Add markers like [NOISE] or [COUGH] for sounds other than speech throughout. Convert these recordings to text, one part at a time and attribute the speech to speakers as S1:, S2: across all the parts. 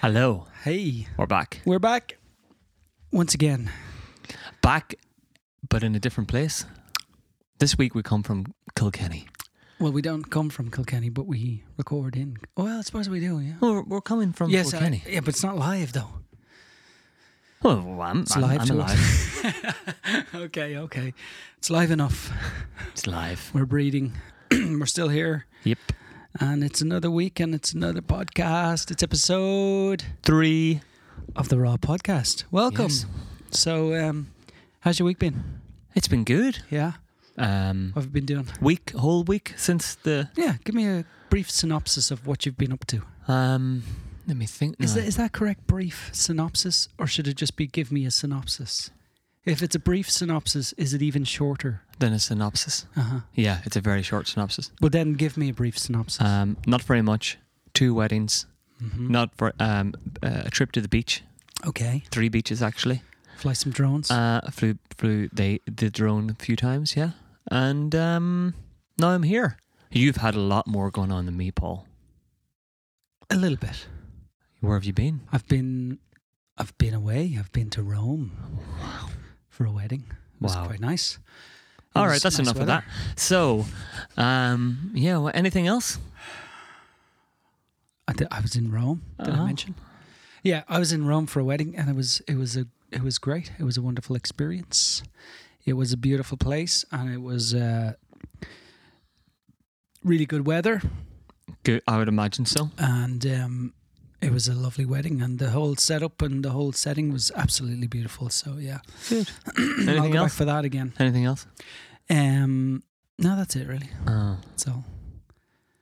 S1: Hello,
S2: Hey,
S1: we're back.
S2: we're back once again.
S1: Back, but in a different place. This week we come from Kilkenny.
S2: Well, we don't come from Kilkenny, but we record in. Well, I suppose we do, yeah.
S1: We're, we're coming from
S2: yes, I-
S1: Kilkenny.
S2: yeah, but it's not live though.
S1: Oh, well, I'm,
S2: It's
S1: I'm,
S2: live
S1: I'm
S2: to us. [LAUGHS]
S1: alive.
S2: [LAUGHS] Okay, okay, it's live enough.
S1: it's live.
S2: We're breeding. [CLEARS THROAT] we're still here,
S1: Yep.
S2: and it's another week, and it's another podcast. It's episode
S1: Three.
S2: of the Raw Podcast. Welcome.
S1: Yes.
S2: So, um, how's your week been?
S1: It's been good.
S2: Yeah,
S1: Um,
S2: what have you been doing?
S1: week, whole week since the.
S2: Yeah, give me a brief synopsis of what you've been up to.
S1: Um, let me think.
S2: Is
S1: now.
S2: that, is that correct? Brief synopsis, or should it just be give me a synopsis? If it's a brief synopsis, is it even shorter?
S1: then a synopsis?
S2: Uh huh.
S1: Yeah, it's a very short synopsis.
S2: Well, then give me a brief synopsis.
S1: Um, not very much. Two weddings.
S2: Mhm.
S1: Not for um, uh, a trip to the beach.
S2: Okay.
S1: Three beaches actually.
S2: Fly some drones.
S1: Uh, I flew flew the the drone a few times, yeah, and um, now I'm here. You've had a lot more going on than me, Paul.
S2: a little bit.
S1: Where have you been?
S2: I've been, I've been away. I've been to Rome. For a wedding. It was
S1: Wow.
S2: quite nice. It
S1: All right,
S2: was
S1: that's
S2: nice
S1: enough of
S2: weather.
S1: that. So, um, yeah, well, anything else?
S2: I, thi- I was in Rome. Did
S1: Oh.
S2: I mention? Yeah, I was in Rome for a wedding, and it was it was a it was great. It was a wonderful experience. It was a beautiful place, and it was uh, really good weather,
S1: Good, I would imagine so.
S2: and um, it was a lovely wedding, and the whole setup and the whole setting was absolutely beautiful. So yeah, [CLEARS THROAT]
S1: Good.
S2: I'll
S1: anything
S2: go back
S1: else?
S2: for that again.
S1: Anything else?
S2: Um, no, that's it really.
S1: Oh,
S2: That's all.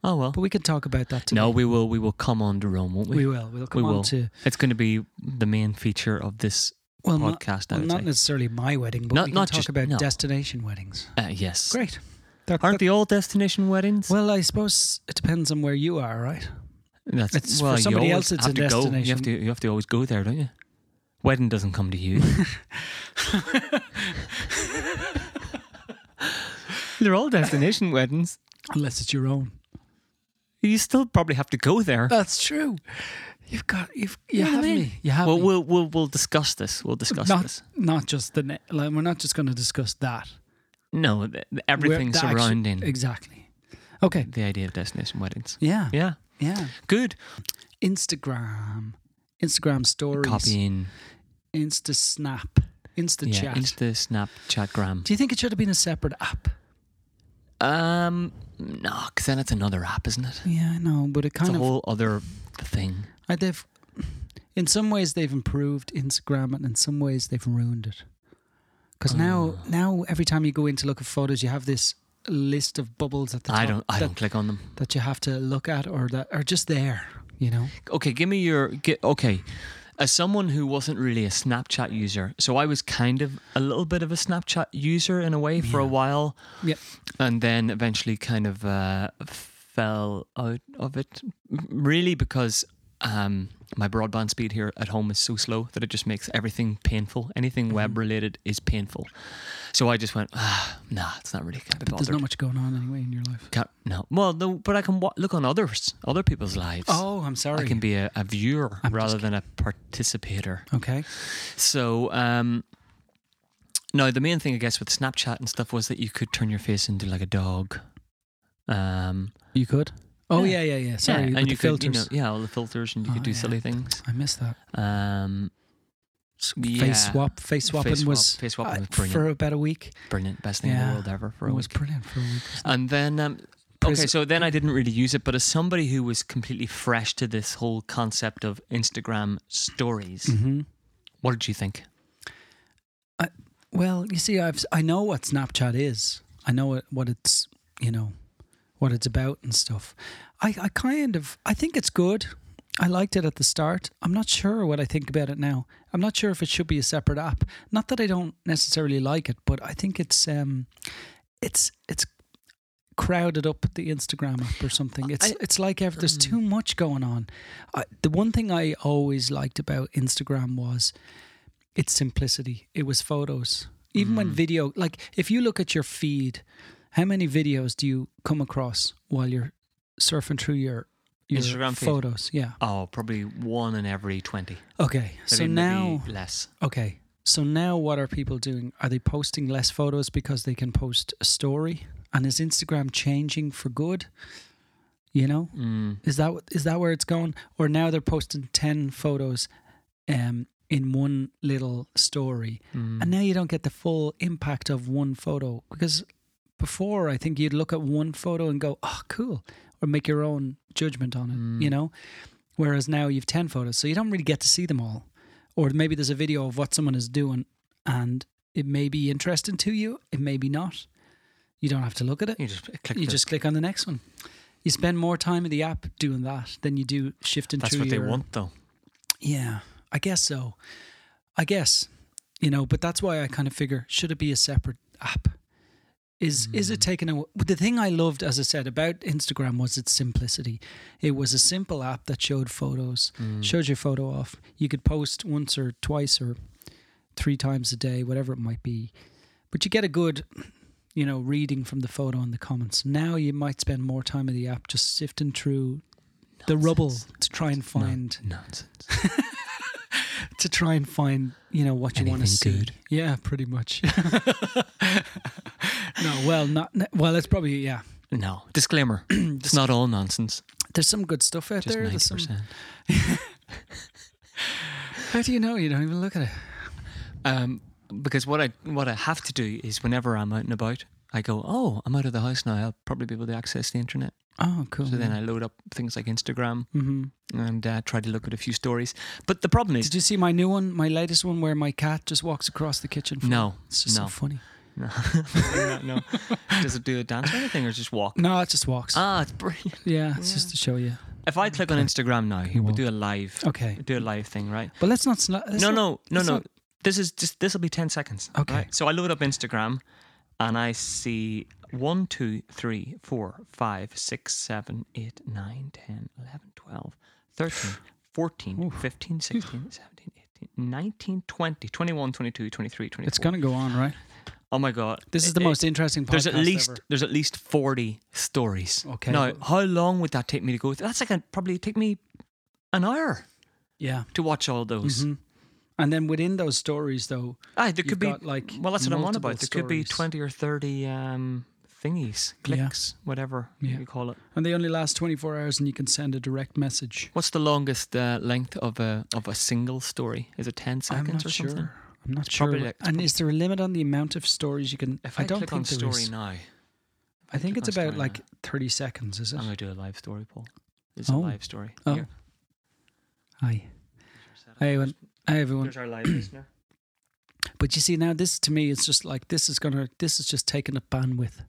S1: oh well.
S2: But we can talk about that. Today.
S1: No, we will. We will come on to Rome, won't we?
S2: we, will. We'll come on
S1: will.
S2: to
S1: It's going to be the main feature of this
S2: well, not,
S1: podcast. I
S2: well,
S1: would
S2: not
S1: say.
S2: necessarily my wedding, but
S1: Not-
S2: we can
S1: not
S2: talk
S1: just-
S2: about
S1: no.
S2: destination weddings.
S1: uh, yes.
S2: Great. That-
S1: Aren't
S2: that-
S1: they all destination weddings?
S2: well, I suppose it depends on where you are, right?
S1: That's
S2: It's- for
S1: well, you
S2: somebody
S1: always
S2: else, it's
S1: have
S2: a
S1: to Go. You have
S2: destination.
S1: to you have to always go there, don't you? Wedding doesn't come to you. [LAUGHS] They're all destination weddings.
S2: Unless it's your own.
S1: You still probably have to go there.
S2: That's true. You've got you've you
S1: know what I
S2: have
S1: mean?
S2: me. You have
S1: Well,
S2: me.
S1: we'll we'll we'll discuss this. We'll discuss
S2: not
S1: this.
S2: not just the ne- like, we're not just going to discuss that.
S1: No, th- th-
S2: We're-
S1: everything
S2: the actu-
S1: surrounding
S2: exactly. Okay.
S1: the idea of destination weddings.
S2: Yeah. Yeah.
S1: Yeah, good.
S2: Instagram. Instagram stories.
S1: Copying,
S2: Insta snap. Insta
S1: yeah,
S2: chat.
S1: Insta, Snap, Chatgram.
S2: Do you think it should have been a separate app?
S1: Um, no, because then it's another app, isn't it?
S2: Yeah, I know, but it
S1: It's
S2: kind
S1: a
S2: of
S1: whole other thing.
S2: Uh, they've, in some ways, they've improved Instagram, and in some ways, they've ruined it. Because now,
S1: Ah.
S2: now every time you go in to look at photos, you have this list of bubbles at the top
S1: I don't. I
S2: that,
S1: don't click on them.
S2: that you have to look at, or that are just there. You know,
S1: okay, give me your gi- okay. As someone who wasn't really a Snapchat user, so I was kind of a little bit of a Snapchat user in a way for a
S2: Yeah.
S1: while,
S2: Yep.
S1: and then eventually kind of uh, fell out of it, m- really because um, my broadband speed here at home is so slow that it just makes everything painful. Anything
S2: Mm-hmm.
S1: web related is painful, so I just went, ah, nah, it's not really. Can't be
S2: but there's
S1: bothered.
S2: not much going on anyway in your life.
S1: Can't- no, well, no, but I can wa- look on others, other people's lives.
S2: Oh, I'm
S1: I
S2: sorry.
S1: can be a, a viewer
S2: I'm
S1: rather
S2: just
S1: than a participator.
S2: okay.
S1: So, um, no, the main thing I guess with Snapchat and stuff was that you could turn your face into like a dog. Um,
S2: You could. Oh
S1: Yeah.
S2: yeah, yeah, yeah. Sorry,
S1: yeah,
S2: with
S1: and
S2: the
S1: you
S2: filters.
S1: could, you know, yeah, all the filters, and you
S2: Oh,
S1: could do
S2: yeah.
S1: silly things.
S2: I missed that.
S1: Um,
S2: S-
S1: yeah.
S2: Face swap, face swapping
S1: face
S2: was
S1: swap- face swapping
S2: uh,
S1: was brilliant,
S2: for about a week.
S1: brilliant, best thing in
S2: Yeah.
S1: the world ever for
S2: it
S1: a
S2: was
S1: week.
S2: brilliant for a week. wasn't it?
S1: And then, um, okay,
S2: Prison-
S1: so then I didn't really use it, but as somebody who was completely fresh to this whole concept of Instagram stories,
S2: Mhm.
S1: what did you think?
S2: Well, you see, I've I know what Snapchat is. I know what, what it's you know what it's about and stuff. I, I kind of I think it's good. I liked it at the start. I'm not sure what I think about it now. I'm not sure if it should be a separate app. Not that I don't necessarily like it, but I think it's um it's it's crowded up the Instagram app or something. It's
S1: I- Hmm.
S2: it's like ev- there's too much going on. I, the one thing I always liked about Instagram was its simplicity. It was photos. Even
S1: Hmm.
S2: when video, like if you look at your feed, how many videos do you come across while you're surfing through your your
S1: Instagram feed?
S2: photos. Yeah.
S1: Oh, probably one in every 20.
S2: Okay. So
S1: Maybe-
S2: now,
S1: maybe less.
S2: okay. So now, what are people doing? Are they posting less photos because they can post a story? And is Instagram changing for good? You know,
S1: Mm.
S2: is that is that where it's going? Or now they're posting ten photos, um, in one little story,
S1: Mm.
S2: and now you don't get the full impact of one photo because before I think you'd look at one photo and go, "Oh, cool," or make your own judgment on it, you know. Whereas now you've ten photos, so you don't really get to see them all. Or maybe there's a video of what someone is doing, and it may be interesting to you, it may be not. You don't have to look at it.
S1: You just click
S2: You
S1: the-
S2: just click on the next one. You spend more time in the app doing that than you do shifting
S1: That's
S2: through
S1: what they
S2: your-
S1: want, though.
S2: yeah, I guess so. I guess you know, but that's why I kind of figure should it be a separate app? Is is it taken away? But the thing I loved, as I said, about Instagram was its simplicity. It was a simple app that showed photos, showed your photo off. You could post once or twice or three times a day, whatever it might be. But you get a good, you know, reading from the photo and the comments. Now you might spend more time in the app just sifting through the rubble to try and
S1: No,
S2: find
S1: nonsense.
S2: to try and find you know what you want to see.
S1: Anything good.
S2: Yeah, pretty much. [LAUGHS] no, well, not well. It's probably yeah.
S1: [LAUGHS] [CLEARS THROAT] No. Disclaimer. it's not all nonsense.
S2: There's some good stuff out
S1: Just
S2: there.
S1: ninety
S2: There's some,
S1: percent.
S2: how do you know? You don't even look at it.
S1: Um, because what I what I have to do is whenever I'm out and about, I go, oh, I'm out of the house now. I'll probably be able to access the internet.
S2: Oh, cool.
S1: So then I load up things like Instagram
S2: hmm
S1: and uh, try to look at a few stories. But the problem is,
S2: Did you see my new one, my latest one, where my cat just walks across the kitchen? floor?
S1: no,
S2: it's just so
S1: no.
S2: funny.
S1: no, [LAUGHS] no, no. Does it do a dance or anything, or just walk?
S2: No, it just walks.
S1: Ah, it's brilliant.
S2: yeah, it's just to show you.
S1: If I click on Instagram now, he will
S2: Well.
S1: do a live,
S2: Okay,
S1: do a live thing, right?
S2: but let's not. Sl- let's
S1: no, no,
S2: not-
S1: no,
S2: let's
S1: no.
S2: not-
S1: This is just this will be ten seconds.
S2: Okay.
S1: alright? So I load up Instagram, and I see one, two, three, four, five, six, seven, eight, nine, ten, eleven, twelve,
S2: [SIGHS]
S1: thirteen, fourteen, fifteen, sixteen, seventeen, eighteen, nineteen, twenty, twenty-one, twenty-two, twenty-three, twenty-four.
S2: It's gonna go on, right?
S1: Oh my god!
S2: This is
S1: It-
S2: the
S1: it-
S2: most interesting podcast
S1: There's at least
S2: ever.
S1: there's at least forty stories.
S2: Okay.
S1: Now, how long would that take me to go? through? That's like a, probably take me an hour
S2: Yeah.
S1: to watch all those.
S2: Mhm. And then within those stories, though,
S1: Aye, there could
S2: You've
S1: be
S2: got, like,
S1: well, that's what I'm on
S2: multiple
S1: about. There could be
S2: stories.
S1: twenty or thirty um, thingies, clicks, whatever
S2: Yeah.
S1: you call it.
S2: and they only last 24 hours and you can send a direct message
S1: What's the longest uh, length of a of a single story? Is it ten seconds or something?
S2: i'm not sure
S1: probably like- it's
S2: and is there a limit on the amount of stories you can
S1: If
S2: i,
S1: I,
S2: don't
S1: click
S2: think
S1: on
S2: there
S1: story
S2: is.
S1: now,
S2: i think
S1: click
S2: it's
S1: on
S2: about
S1: story
S2: like
S1: now.
S2: 30 seconds is it
S1: I'm gonna do a live story, Paul. It's
S2: Oh.
S1: a live story.
S2: Oh.
S1: Here,
S2: hi
S1: there's our setup.
S2: hi everyone hi everyone
S1: There's our live listener.
S2: but you see now this to me is just like this is gonna this is just taking up bandwidth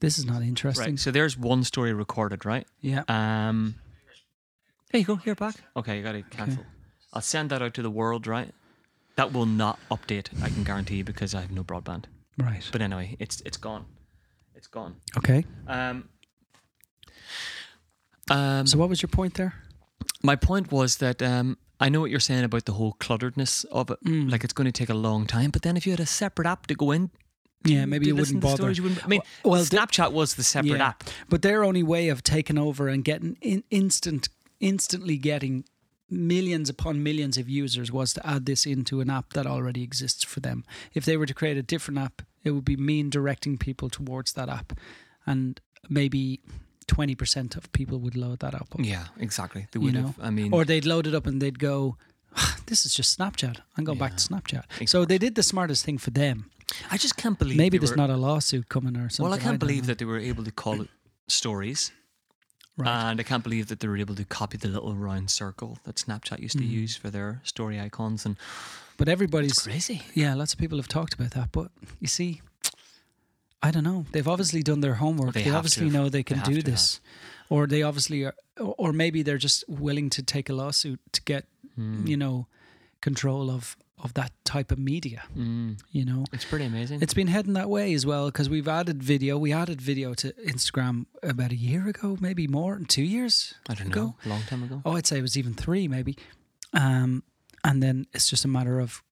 S2: this is not interesting
S1: Right. So there's one story recorded, right?
S2: yeah
S1: Um. There you go. Here back. Okay, you got to cancel. I'll send that out to the world, right? That will not update. I can guarantee you because I have no broadband.
S2: right
S1: But anyway, it's it's gone. It's gone.
S2: okay
S1: Um. um,
S2: so what was your point there
S1: my point was that um, I know what you're saying about the whole clutteredness of it. Like it's going to take a long time. But then if you had a separate app to go in,
S2: yeah maybe
S1: to
S2: you
S1: listen
S2: wouldn't
S1: to
S2: bother
S1: stories, you wouldn't. I mean,
S2: Well-
S1: well,
S2: well, the-
S1: Snapchat was the separate
S2: Yeah.
S1: app.
S2: But their only way of taking over and getting in, instant, instantly getting millions upon millions of users was to add this into an app that already exists for them. If they were to create a different app, it would be mean directing people towards that app, and maybe twenty percent of people would load that app, up,
S1: Yeah, exactly. They
S2: you
S1: would
S2: know,
S1: have. I mean,
S2: or they'd load it up and they'd go. "Ah, This is just Snapchat. I'm going back to Snapchat. So they did the smartest thing for them.
S1: I just can't believe
S2: Maybe
S1: they
S2: there's
S1: were-
S2: not a lawsuit coming or something.
S1: Well, I can't
S2: don't
S1: believe
S2: know.
S1: that they were able to call it stories.
S2: Right.
S1: And I can't believe that they were able to copy the little round circle that Snapchat used to use for their story icons. And
S2: But everybody's
S1: crazy.
S2: Yeah, lots of people have talked about that, but you see, I don't know. They've obviously done their homework.
S1: They
S2: They,
S1: have to
S2: obviously
S1: have.
S2: know they
S1: They
S2: can
S1: have
S2: do
S1: to
S2: this, or they obviously are, or or maybe they're just willing to take a lawsuit to get,
S1: Hmm.
S2: you know, control of of that type of media.
S1: Mm,
S2: You know,
S1: it's pretty amazing.
S2: it's been heading that way as well because we've added video. We added video to Instagram about a year ago, maybe more, two years.
S1: I don't
S2: ago.
S1: know. A long time ago.
S2: Oh, I'd say it was even three, maybe. Um, and then it's just a matter of,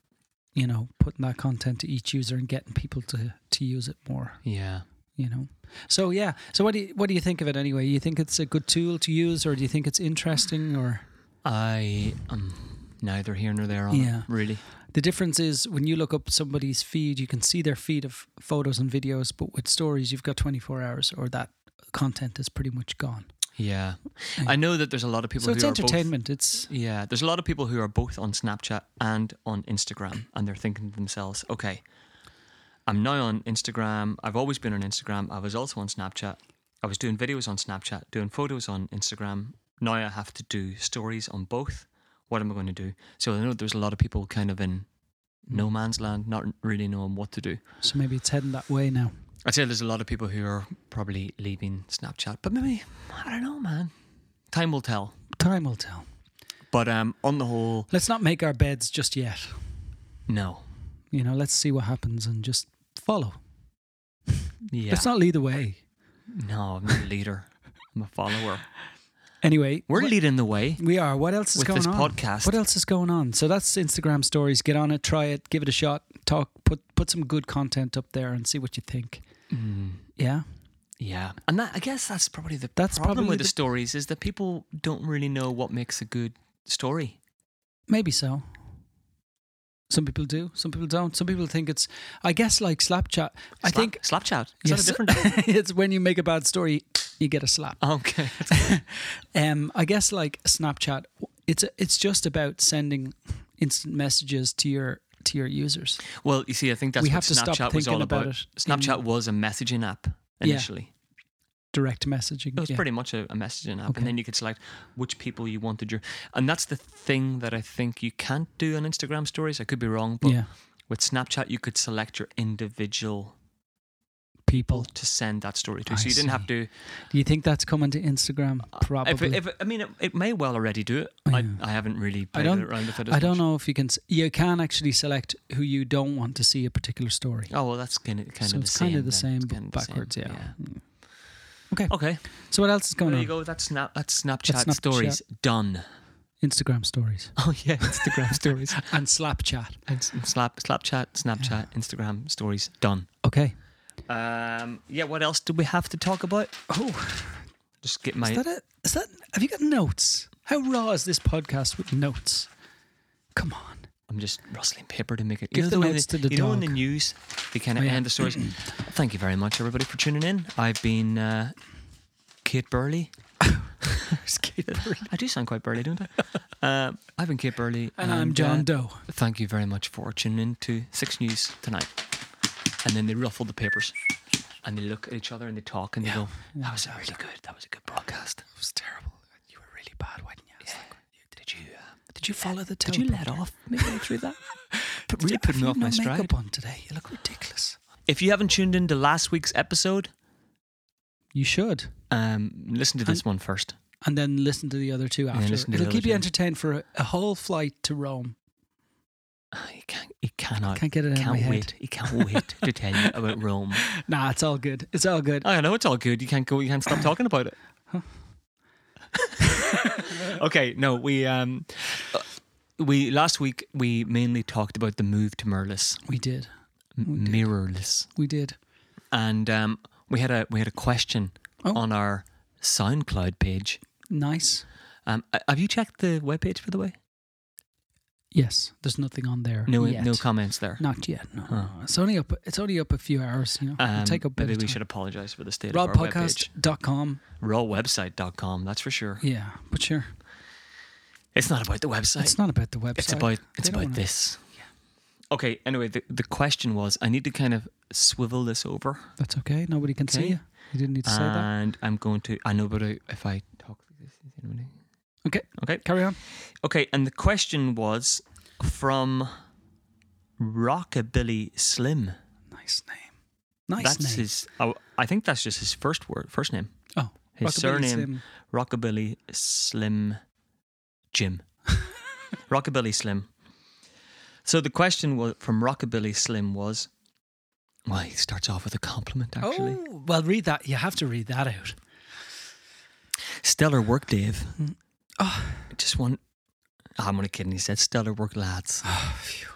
S2: you know, putting that content to each user and getting people to to use it more.
S1: Yeah.
S2: you know. So yeah. So what do you, what do you think of it anyway? You think it's a good tool to use, or do you think it's interesting, or
S1: I am neither here nor there on
S2: Yeah.
S1: it, really.
S2: the difference is when you look up somebody's feed, you can see their feed of photos and videos, but with stories, you've got twenty four hours, or that content is pretty much gone.
S1: Yeah. I know that there's a lot of people
S2: So
S1: who
S2: it's
S1: are both-
S2: entertainment. It's
S1: Yeah, there's a lot of people who are both on Snapchat and on Instagram, and they're thinking to themselves, okay, I'm now on Instagram. I've always been on Instagram. I was also on Snapchat. I was doing videos on Snapchat, doing photos on Instagram. Now I have to do stories on both. What am I going to do? So I know there's a lot of people kind of in no man's land, not really knowing what to do.
S2: so maybe it's heading that way now.
S1: I'd say there's a lot of people who are probably leaving Snapchat, but maybe, I don't know, man. Time will tell.
S2: Time will tell.
S1: But um, on the whole,
S2: Let's not make our beds just yet.
S1: no.
S2: You know, let's see what happens and just follow.
S1: Yeah.
S2: Let's not lead the way.
S1: No, I'm not a leader. I'm a
S2: [LAUGHS]
S1: follower.
S2: Anyway,
S1: We're leading the way.
S2: We are. What else is
S1: With
S2: going
S1: this
S2: on?
S1: podcast.
S2: What else is going on? So that's Instagram stories. Get on it, try it, give it a shot. Talk, put put some good content up there, and see what you think. Yeah,
S1: Mm, Yeah, and that, I guess that's probably the
S2: That's
S1: problem
S2: probably
S1: with the,
S2: the-
S1: stories is that people don't really know what makes a good story.
S2: maybe so. Some people do. Some people don't. Some people think it's. I guess like Slapchat. I
S1: Slap-
S2: think [LAUGHS]
S1: Slapchat is that a different? [LAUGHS]
S2: it's when you make a bad story, you get a slap.
S1: okay,
S2: Um, I guess like Snapchat, it's it's just about sending instant messages to your to your users.
S1: well, you see, I think that's
S2: We
S1: what
S2: have to stop
S1: Snapchat was
S2: thinking
S1: all
S2: about
S1: about.
S2: it in-
S1: Snapchat was a messaging app initially.
S2: Direct messaging.
S1: It was
S2: yeah.
S1: pretty much a, a messaging app,
S2: Okay.
S1: and then you could select which people you wanted your. And that's the thing that I think you can't do on Instagram stories. I could be wrong, but
S2: yeah.
S1: with Snapchat, you could select your individual people
S2: People
S1: to send that story to.
S2: I
S1: so you didn't have to. uh,
S2: Do you think that's coming to Instagram? Probably.
S1: If, it- if, it- I mean, it, it may well already do it. I,
S2: Yeah.
S1: I haven't really
S2: I
S1: played
S2: don't-
S1: around with it. As
S2: I
S1: much.
S2: don't know if you can. s- You can actually select who you don't want to see a particular story.
S1: Oh well, that's kind of kind
S2: so
S1: of the
S2: it's
S1: same.
S2: kind of the
S1: then.
S2: same,
S1: It's
S2: but
S1: kinda the same,
S2: backwards. yeah. Mm.
S1: Okay.
S2: So what else is going
S1: there you
S2: on?
S1: go. That's snap. That's Snapchat,
S2: Snapchat.
S1: stories done. [LAUGHS]
S2: Instagram stories
S1: Oh yeah,
S2: [LAUGHS]
S1: Instagram stories
S2: and Snapchat.
S1: and s- slap Snapchat, Snapchat, Instagram stories done.
S2: Okay.
S1: Um, yeah. What else do we have to talk about?
S2: Oh,
S1: Just get my.
S2: is that it? Is that? Have you got notes? How raw is this podcast with notes? Come on.
S1: I'm just rustling paper to make it.
S2: Give
S1: you know
S2: the
S1: way
S2: notes
S1: they-
S2: to the
S1: You know, in the
S2: dog.
S1: news, they kind of
S2: Oh, yeah.
S1: end the [CLEARS THROAT] stories. Thank you very much, everybody, for tuning in. I've been uh, Kate Burley. [LAUGHS] I do sound quite burly, [LAUGHS] don't I? Um, I've been Kate Burley.
S2: And, I'm John
S1: uh,
S2: Doe.
S1: thank you very much for tuning in to Six News tonight. And then they ruffle the papers and they look at each other and they talk and they go, That was a really good, that was a good broadcast.
S2: It was terrible. You were really bad when you asked that
S1: Did you, uh,
S2: Did you follow the
S1: did you let
S2: teleprompter?
S1: off midway through that? But really
S2: Have
S1: put me
S2: you
S1: off my
S2: no
S1: stride.
S2: makeup on today. You look ridiculous.
S1: If you haven't tuned in to last week's episode,
S2: You should.
S1: um, listen to this one first.
S2: and then listen to the other two
S1: then
S2: after.
S1: listen to the
S2: It'll
S1: other
S2: keep you
S1: two.
S2: entertained for a, a whole flight to Rome.
S1: Ah, You can't, you cannot,
S2: Can't get it out of my
S1: can't
S2: head.
S1: wait, you can't wait to tell you about
S2: [LAUGHS]
S1: Rome.
S2: Nah, it's all good. It's all good.
S1: I know it's all good. You can't go. You can't
S2: [LAUGHS]
S1: stop talking about it. okay. No, we um, uh, we last week we mainly talked about the move to mirrorless,
S2: Oh, We did.
S1: m- mirrorless,
S2: We did.
S1: and um, we had a we had a question
S2: Oh.
S1: on our SoundCloud page.
S2: Nice.
S1: Um, uh, have you checked the webpage by the way?
S2: Yes. There's nothing on there.
S1: No,
S2: yet.
S1: no comments there.
S2: Not yet. No. It's only up. It's only up a few hours. You know. It'll
S1: Um,
S2: take up.
S1: maybe we
S2: should.
S1: should apologize for the state of our webpage.
S2: Rodpodcast.com.
S1: Rawwebsite.com, that's for sure.
S2: Yeah, but sure.
S1: It's not about the website.
S2: It's not about the website.
S1: It's about it's
S2: They don't
S1: about
S2: wanna-
S1: this. Okay. Anyway, the, the question was, I need to kind of swivel this over,
S2: That's okay. Nobody can see
S1: Okay. Uh,
S2: you. You didn't need to say that.
S1: and I'm going to. I know, but I, if I talk like this, is anybody?
S2: Okay.
S1: Okay.
S2: Carry on.
S1: Okay. And the question was from Rockabilly Slim.
S2: Nice name. Nice
S1: that's
S2: name.
S1: his. I, I think that's just his first word, first name.
S2: oh,
S1: His
S2: Rockabilly
S1: surname
S2: Slim.
S1: Rockabilly Slim
S2: [LAUGHS]
S1: Jim. Rockabilly Slim. So the question was from Rockabilly Slim was, well, he starts off with a compliment actually.
S2: Oh, well, read that. You have to read that out.
S1: Stellar work, Dave. oh,
S2: Oh.
S1: Just one. I'm only kidding. He said stellar work, lads.
S2: Oh, phew.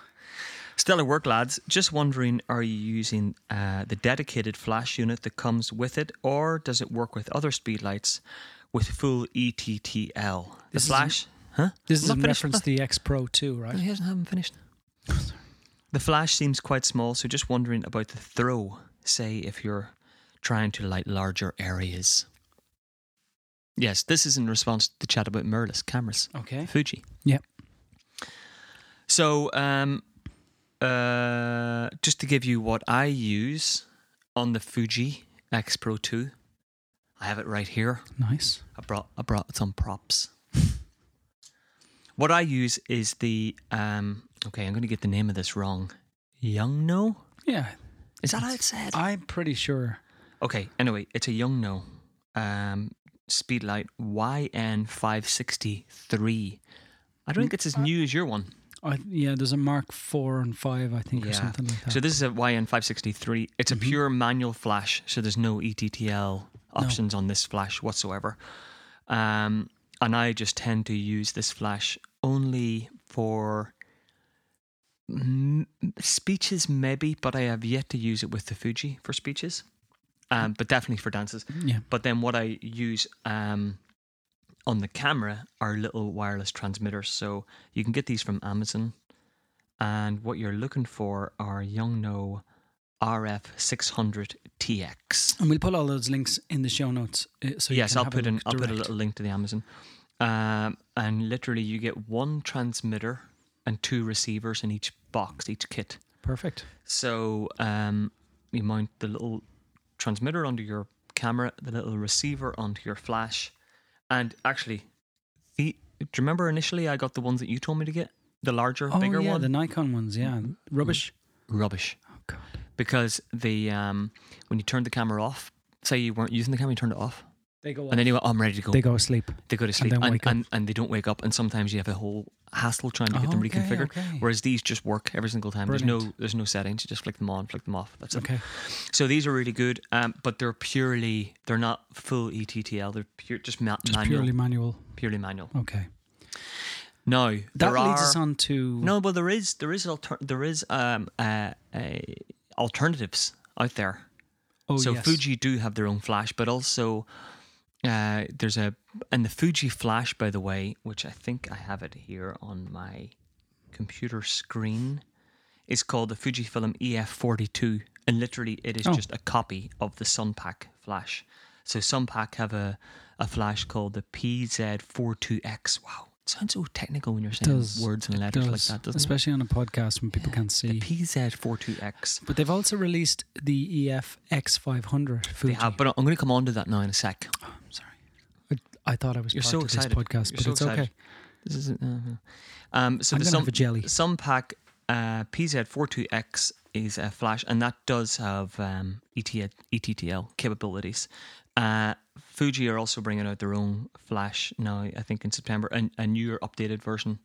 S1: Stellar work, lads. Just wondering, are you using uh, the dedicated flash unit that comes with it, or does it work with other speedlights with full E ETTL? The
S2: This is in-
S1: flash, huh?
S2: This is
S1: Not
S2: in
S1: finished.
S2: reference to the X Pro 2,
S1: No,
S2: right?
S1: he hasn't haven't finished. The flash seems quite small, so just wondering about the throw. Say if you're trying to light larger areas. Yes, this is in response to the chat about mirrorless cameras.
S2: Okay.
S1: Fuji.
S2: Yep.
S1: So, um, uh, just to give you what I use on the Fuji X Pro 2, I have it right here.
S2: Nice.
S1: I brought I brought some props. [LAUGHS] what I use is the um okay, I'm gonna get the name of this wrong. Young no?
S2: Yeah.
S1: Is that how it's said?
S2: I'm pretty sure.
S1: Okay, anyway, it's a young no. Um speedlight YN five sixty three. I don't think it's as new as your one.
S2: I, yeah, there's a Mark 4 and 5, I think, or something like that.
S1: So this is a YN563. It's a pure manual flash, so there's no E ETTL options on this flash whatsoever. Um, and I just tend to use this flash only for m- speeches, maybe, but I have yet to use it with the Fuji for speeches, um, but definitely for dances.
S2: yeah.
S1: But then what I use um, on the camera are little wireless transmitters. So you can get these from Amazon. And what you're looking for are Yongno RF600TX.
S2: And we'll put all those links in the show notes. uh, So you
S1: yes,
S2: can
S1: I'll
S2: have
S1: put,
S2: a
S1: an,
S2: look
S1: I'll put a
S2: direct.
S1: little link to the Amazon. Um, and literally, you get one transmitter and two receivers in each box, each kit.
S2: Perfect.
S1: So um, you mount the little transmitter onto your camera, the little receiver onto your flash, and actually, the, do you remember initially I got the ones that you told me to get, the larger,
S2: Oh,
S1: bigger
S2: yeah,
S1: one? Mm.
S2: the Nikon ones, yeah. Rubbish.
S1: Rubbish,
S2: Oh, God.
S1: because the um, when you turned the camera off, say you weren't using the camera, you turned it off,
S2: They go
S1: and then you went, oh, "I'm ready to go."
S2: They go asleep.
S1: They go to sleep
S2: don't
S1: and, and,
S2: wake up.
S1: and, they don't wake up, and sometimes you have a whole hassle trying to get them
S2: Oh, Okay,
S1: reconfigured.
S2: okay.
S1: Whereas these just work every single time. There's no
S2: Brilliant.
S1: there's no settings. You just flick them on, flick them off. That's it.
S2: Okay.
S1: So these are really good, um, but they're purely they're not full E ETTL. They're pure, just, ma-
S2: Just
S1: manual,
S2: purely
S1: purely,
S2: manual.
S1: manual.
S2: Okay.
S1: No,
S2: That
S1: there
S2: leads
S1: are,
S2: us on to.
S1: No, but there is there is alter- there is um uh, uh, alternatives out there.
S2: oh,
S1: so
S2: yes.
S1: Fuji do have their own flash, but also uh, there's a and the Fuji flash, by the way, which I think I have it here on my computer screen, is called the Fujifilm E EF42, and literally it is
S2: Oh.
S1: just a copy of the Sunpack flash. So Sunpack have a a flash called the PZ42X. Wow, it sounds so technical when you're saying
S2: Does.
S1: words and
S2: It
S1: letters like
S2: does,
S1: that, doesn't
S2: Especially on a podcast when people can't
S1: it? The
S2: see.
S1: PZ42X.
S2: But they've also released the E EF X500 Fuji.
S1: They have, but I'm going to come on to that now in a sec.
S2: Sorry. I, I thought I was
S1: You're
S2: part
S1: so
S2: of
S1: excited.
S2: this podcast,
S1: You're
S2: but
S1: so
S2: it's
S1: excited.
S2: okay.
S1: This is uh, um, so
S2: I'm
S1: the
S2: gonna
S1: some,
S2: have a jelly.
S1: Some pack uh, PZ42X is a flash, and that does have um, ET, ETTL capabilities. Uh, Fuji are also bringing out their own flash now. I think in September, and a newer updated version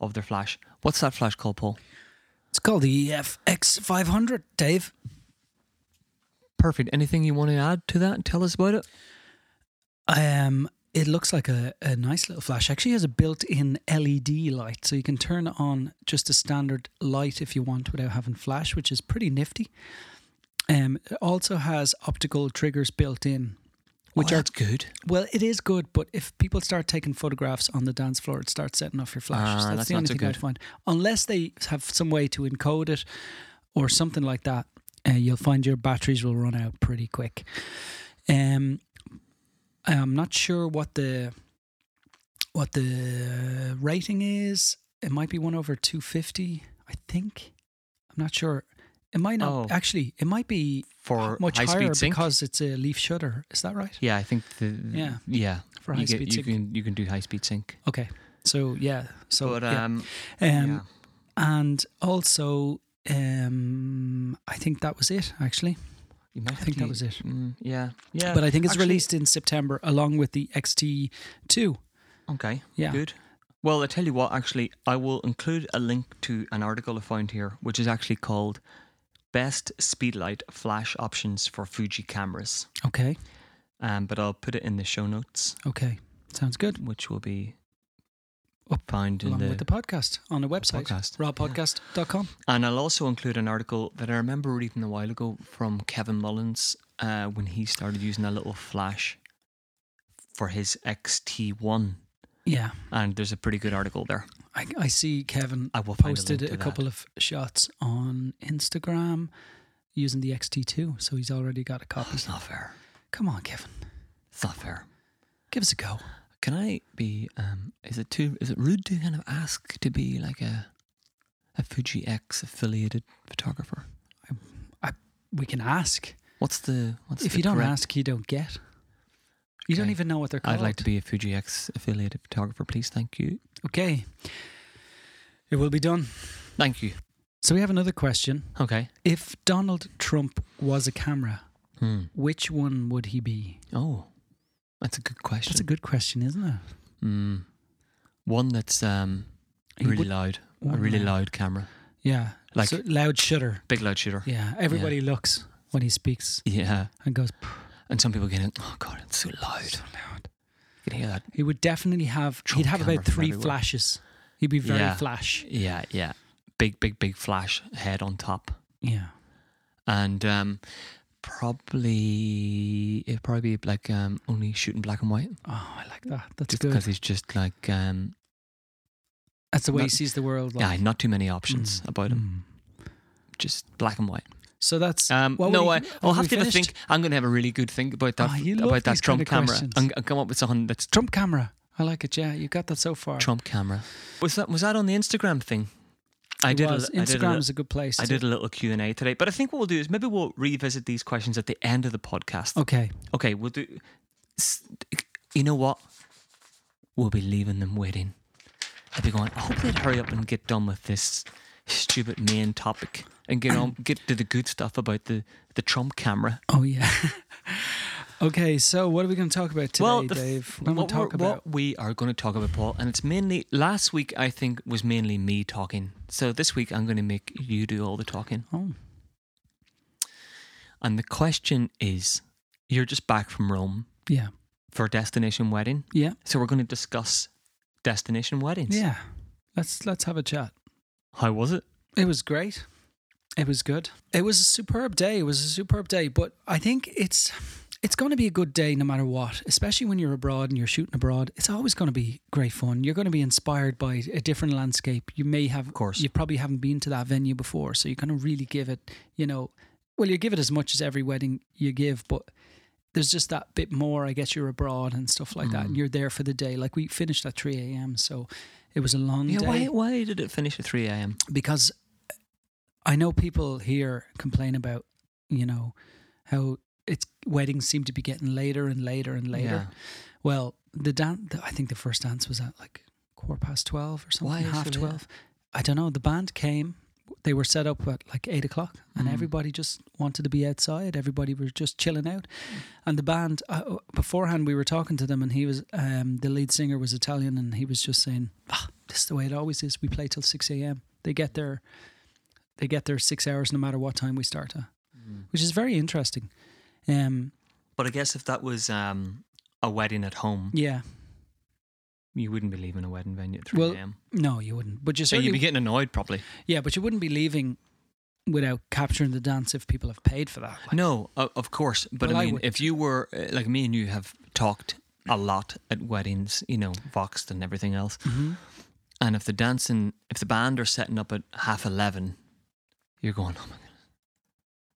S1: of their flash. What's that flash called, Paul?
S2: It's called the E EF X500, Dave.
S1: Perfect. Anything you want to add to that? Tell us about it.
S2: Um, it looks like a, a nice little flash. Actually, has a built-in LED light, so you can turn on just a standard light if you want without having flash, which is pretty nifty. Um, it also has optical triggers built in,
S1: oh,
S2: which are
S1: that's good.
S2: well, it is good. But if people start taking photographs on the dance floor, it starts setting off your flashes.
S1: Ah,
S2: that's,
S1: that's
S2: the
S1: not
S2: only
S1: so
S2: thing I
S1: good.
S2: find, unless they have some way to encode it or something like that. Uh, you'll find your batteries will run out pretty quick. Um, I'm not sure what the what the rating is. It might be one over 250. I think. I'm not sure. It might not
S1: Oh.
S2: actually. It might be
S1: For
S2: much
S1: high
S2: higher
S1: speed sync.
S2: because it's a leaf shutter. Is that right?
S1: yeah, I think the
S2: Yeah.
S1: yeah
S2: For
S1: you
S2: high
S1: get-
S2: speed
S1: you
S2: sync.
S1: can you can do high speed sync.
S2: Okay. So yeah. So
S1: But
S2: yeah.
S1: um,
S2: Um,
S1: yeah.
S2: and also um, I think that was it actually.
S1: You might
S2: I
S1: have
S2: think
S1: to-
S2: that was it.
S1: Mm, yeah, yeah.
S2: But I think it's
S1: Actually-
S2: released in September along with the XT2.
S1: Okay.
S2: Yeah.
S1: Good. Well, I tell you what. Actually, I will include a link to an article I found here, which is actually called "Best Speedlight Flash Options for Fuji Cameras."
S2: Okay.
S1: Um, but I'll put it in the show notes,
S2: Okay. Sounds good.
S1: which will be
S2: up
S1: Found in
S2: along
S1: the,
S2: with the podcast on the website,
S1: podcast,
S2: rawpodcast.com.
S1: And I'll also include an article that I remember reading a while ago from Kevin Mullins uh, when he started using a little flash for his XT1.
S2: Yeah,
S1: And there's a pretty good article there.
S2: I, I see Kevin
S1: I will find
S2: posted
S1: a, link
S2: a
S1: to that.
S2: couple of shots on Instagram using the XT2, so he's already got a copy.
S1: It's Oh, not fair.
S2: Come on, Kevin,
S1: It's not fair.
S2: give us a go.
S1: Can I be? Um, is it too? Is it rude to kind of ask to be like a a Fuji X affiliated photographer?
S2: We can ask.
S1: What's the? What's
S2: if
S1: the
S2: you don't
S1: correct-
S2: ask, you don't get. You don't
S1: Okay.
S2: even know what they're called.
S1: I'd like to be a Fuji X affiliated photographer, please. Thank you.
S2: Okay, it will be done.
S1: Thank you.
S2: So we have another question.
S1: Okay.
S2: If Donald Trump was a camera,
S1: Hmm.
S2: which one would he be?
S1: Oh, that's a good question.
S2: That's a good question, isn't it?
S1: Hmm. One that's um
S2: He
S1: really
S2: would-
S1: loud, a
S2: would
S1: really
S2: not.
S1: loud camera,
S2: Yeah,
S1: Like-
S2: So loud shudder.
S1: big loud shooter.
S2: Yeah, everybody looks when he speaks
S1: Yeah.
S2: and goes. "Pff,
S1: And some people get in. Oh God, it's so loud.
S2: so loud."
S1: You can hear that.
S2: He would definitely have.
S1: Trump
S2: he'd have
S1: camera
S2: about
S1: from
S2: three
S1: everywhere.
S2: flashes. He'd be very
S1: Yeah.
S2: flash.
S1: Yeah, yeah. Big, big, big flash head on top.
S2: Yeah.
S1: and um, probably it'd probably be like um, only shooting black and white,
S2: Oh, I like that. That's
S1: just
S2: good.
S1: because he's just like um,
S2: That's the way he
S1: not-
S2: sees the world. Like.
S1: yeah, not too many options about him,
S2: Mm.
S1: just black and white.
S2: So that's
S1: Um,
S2: What
S1: no,
S2: would
S1: I,
S2: he-
S1: I'll have
S2: have we
S1: to have a
S2: finished?
S1: think. I'm going to have a really good think about that
S2: Ah, you love
S1: about that
S2: these kind
S1: Trump
S2: of
S1: camera
S2: questions.
S1: and, and come up with something that's
S2: Trump camera. I like it. Yeah, you got that so far.
S1: Trump camera. Was that was that on the Instagram thing? I
S2: It
S1: did.
S2: was.
S1: A, I did a,
S2: Instagram is a good place.
S1: I
S2: to-
S1: did a little Q and A today, but I think what we'll do is maybe we'll revisit these questions at the end of the podcast.
S2: Okay.
S1: Okay, we'll do. s- You know what? We'll be leaving them waiting. I'll be going. I hope they'd hurry up and get done with this stupid main topic and get on get to the good stuff about the the Trump camera.
S2: Oh yeah. [LAUGHS] okay. So what are we going to talk about today,
S1: Well, the f-
S2: Dave? What, we
S1: what,
S2: talk
S1: we're-
S2: about?
S1: what we are going to talk about, Paul, and it's mainly last week. I think was mainly me talking. So this week I'm going to make you do all the talking.
S2: Oh,
S1: And the question is, you're just back from Rome
S2: yeah.
S1: for a destination wedding,
S2: Yeah.
S1: so we're going to discuss destination weddings.
S2: Yeah. Let's let's have a chat.
S1: How was it?
S2: It was great. It was good. It was a superb day. It was a superb day. But I think it's it's going to be a good day no matter what. Especially when you're abroad and you're shooting abroad, it's always going to be great fun. You're going to be inspired by a different landscape. You may have, of
S1: course.
S2: you probably haven't been to that venue before, so you're going to really give it. You know, well, you give it as much as every wedding you give, but there's just that bit more. I guess you're abroad and stuff like
S1: Mm.
S2: that, and you're there for the day. Like we finished at three a.m., so it was a long
S1: Yeah,
S2: day
S1: why, why did it finish at 3 a.m.?
S2: because I know people here complain about, you know, how it's weddings seem to be getting later and later and later. Well, the dance, I think the first dance was at like quarter past 12 or
S1: Why
S2: something,
S1: is
S2: half
S1: it, yeah?
S2: 12. I don't know. The band came, they were set up at like eight o'clock, and
S1: Mm.
S2: everybody just wanted to be outside. Everybody was just chilling out.
S1: Mm.
S2: And the band, uh, beforehand, we were talking to them, and he was, um, the lead singer was Italian, and he was just saying, ah, this is the way it always is. We play till 6 a.m. They get their. They get their six hours no matter what time we start at,
S1: Hmm.
S2: which is very interesting. Um,
S1: But I guess if that was um, a wedding at home,
S2: yeah,
S1: you wouldn't be leaving a wedding venue at 3
S2: Well,
S1: a.m.
S2: no, you wouldn't. But you
S1: So you'd
S2: certainly
S1: be getting annoyed probably.
S2: Yeah, but you wouldn't be leaving without capturing the dance if people have paid for that. Like,
S1: No, o of course. But
S2: Well, I
S1: I mean,
S2: wouldn't.
S1: if you were, uh, like me and you have talked a lot at weddings, you know, voxed and everything else. And if the dancing, if the band are setting up at half 11, you're going, oh my God,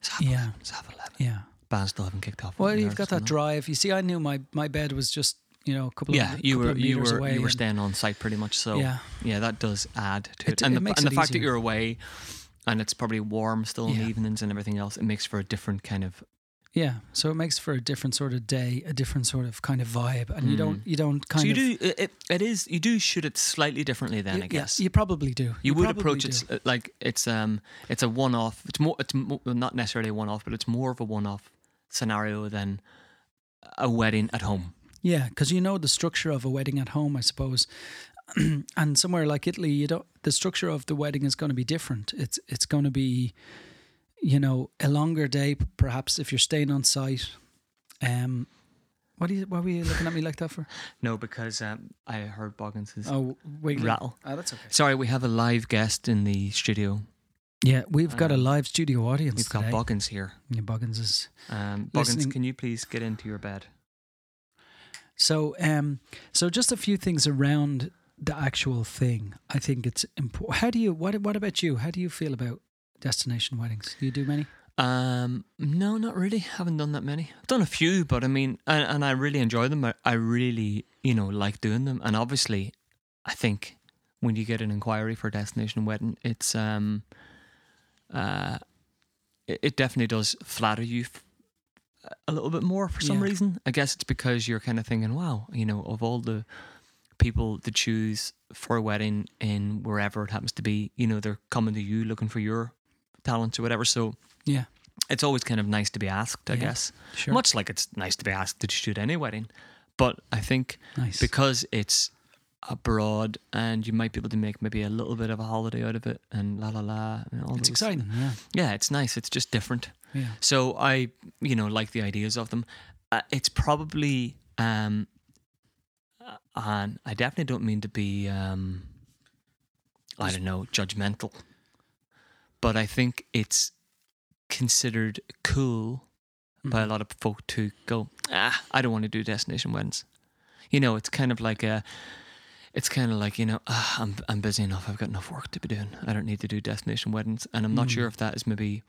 S1: it's half,
S2: Yeah.
S1: 11, it's half 11.
S2: Yeah.
S1: Band still haven't kicked off.
S2: Well,
S1: You're
S2: you've got that
S1: just going,
S2: drive. You see, I knew my, my bed was just you know a couple of
S1: Yeah, you
S2: couple
S1: were
S2: of
S1: you
S2: meters
S1: were
S2: away
S1: you were
S2: and-
S1: staying on site pretty much. So
S2: Yeah,
S1: Yeah, that does add to it.
S2: It-
S1: and
S2: it
S1: the,
S2: makes
S1: and
S2: it
S1: the fact that
S2: easier.
S1: you're away and it's probably warm still in
S2: Yeah.
S1: the evenings and everything else, it makes for a different kind of.
S2: yeah. So it makes for a different sort of day, a different sort of kind of vibe, and you don't you don't kind
S1: Mm. so you
S2: of
S1: do it, it. It is you do shoot it slightly differently then,
S2: you,
S1: I guess.
S2: Yeah, you probably do.
S1: you, would
S2: probably
S1: approach
S2: do.
S1: it s- uh, like it's um it's a one off. It's more it's mo- well, not necessarily a one off, but it's more of a one off scenario than a wedding at home.
S2: Yeah, because you know the structure of a wedding at home, I suppose, [CLEARS THROAT] and somewhere like Italy, you don't. The structure of the wedding is going to be different. It's it's going to be, you know, a longer day, p- perhaps if you're staying on site. Um, What, do you, what were you looking at me like that for?
S1: No, because um, I heard Boggins's
S2: Oh, wait.
S1: rattle.
S2: Oh, that's okay.
S1: Sorry, we have a live guest in the studio.
S2: Yeah, we've got a
S1: Um,
S2: live studio audience
S1: We've got
S2: today.
S1: Boggins here.
S2: Yeah, Buggins is
S1: Um, Boggins,
S2: Listening-
S1: can you please get into your bed?
S2: so. Um, so just a few things around the actual thing. I think it's important. How do you? What? What about you? How do you feel about destination weddings? Do you do many?
S1: Um, no, not really. Haven't done that many. I've done a few, but I mean, and, and I really enjoy them. I, I really, you know, like doing them. And obviously, I think when you get an inquiry for a destination wedding, it's um, uh, it, it definitely does flatter you f- a little bit more for some
S2: Yeah.
S1: reason. I guess it's because you're kind of thinking, wow, you know, of all the people to choose for a wedding in wherever it happens to be, you know, they're coming to you looking for your talents or whatever. So
S2: Yeah,
S1: it's always kind of nice to be asked, I
S2: Yeah,
S1: guess.
S2: sure.
S1: Much like it's nice to be asked to shoot any wedding. But I think
S2: Nice.
S1: because it's abroad and you might be able to make maybe a little bit of a holiday out of it and la la la and all
S2: it's
S1: those-
S2: exciting. Yeah,
S1: Yeah, it's nice. It's just different.
S2: yeah.
S1: So I, you know, like the ideas of them. Uh, it's probably, um, uh, and I definitely don't mean to be, um, I don't know, judgmental, but I think it's considered cool
S2: Mm-hmm.
S1: by a lot of folk to go. Ah, I don't want to do destination weddings. You know, it's kind of like a. It's kind of like you know, ah, I'm I'm busy enough. I've got enough work to be doing. I don't need to do destination weddings, and I'm not
S2: Mm.
S1: sure if that is maybe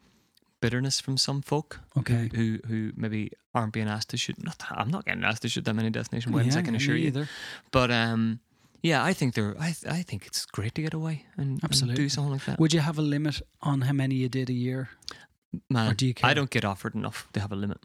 S1: bitterness from some folk
S2: Okay.
S1: who who maybe aren't being asked to shoot. Not I'm not getting asked to shoot that many destination weddings. I can
S2: me
S1: assure you.
S2: Either.
S1: But um, yeah, I think they're. I I think it's great to get away and, and
S2: Absolutely.
S1: do something like that.
S2: Would you have a limit on how many you did a year?
S1: Man,
S2: or do you
S1: Uh, I
S2: care?
S1: don't get offered enough to have a limit.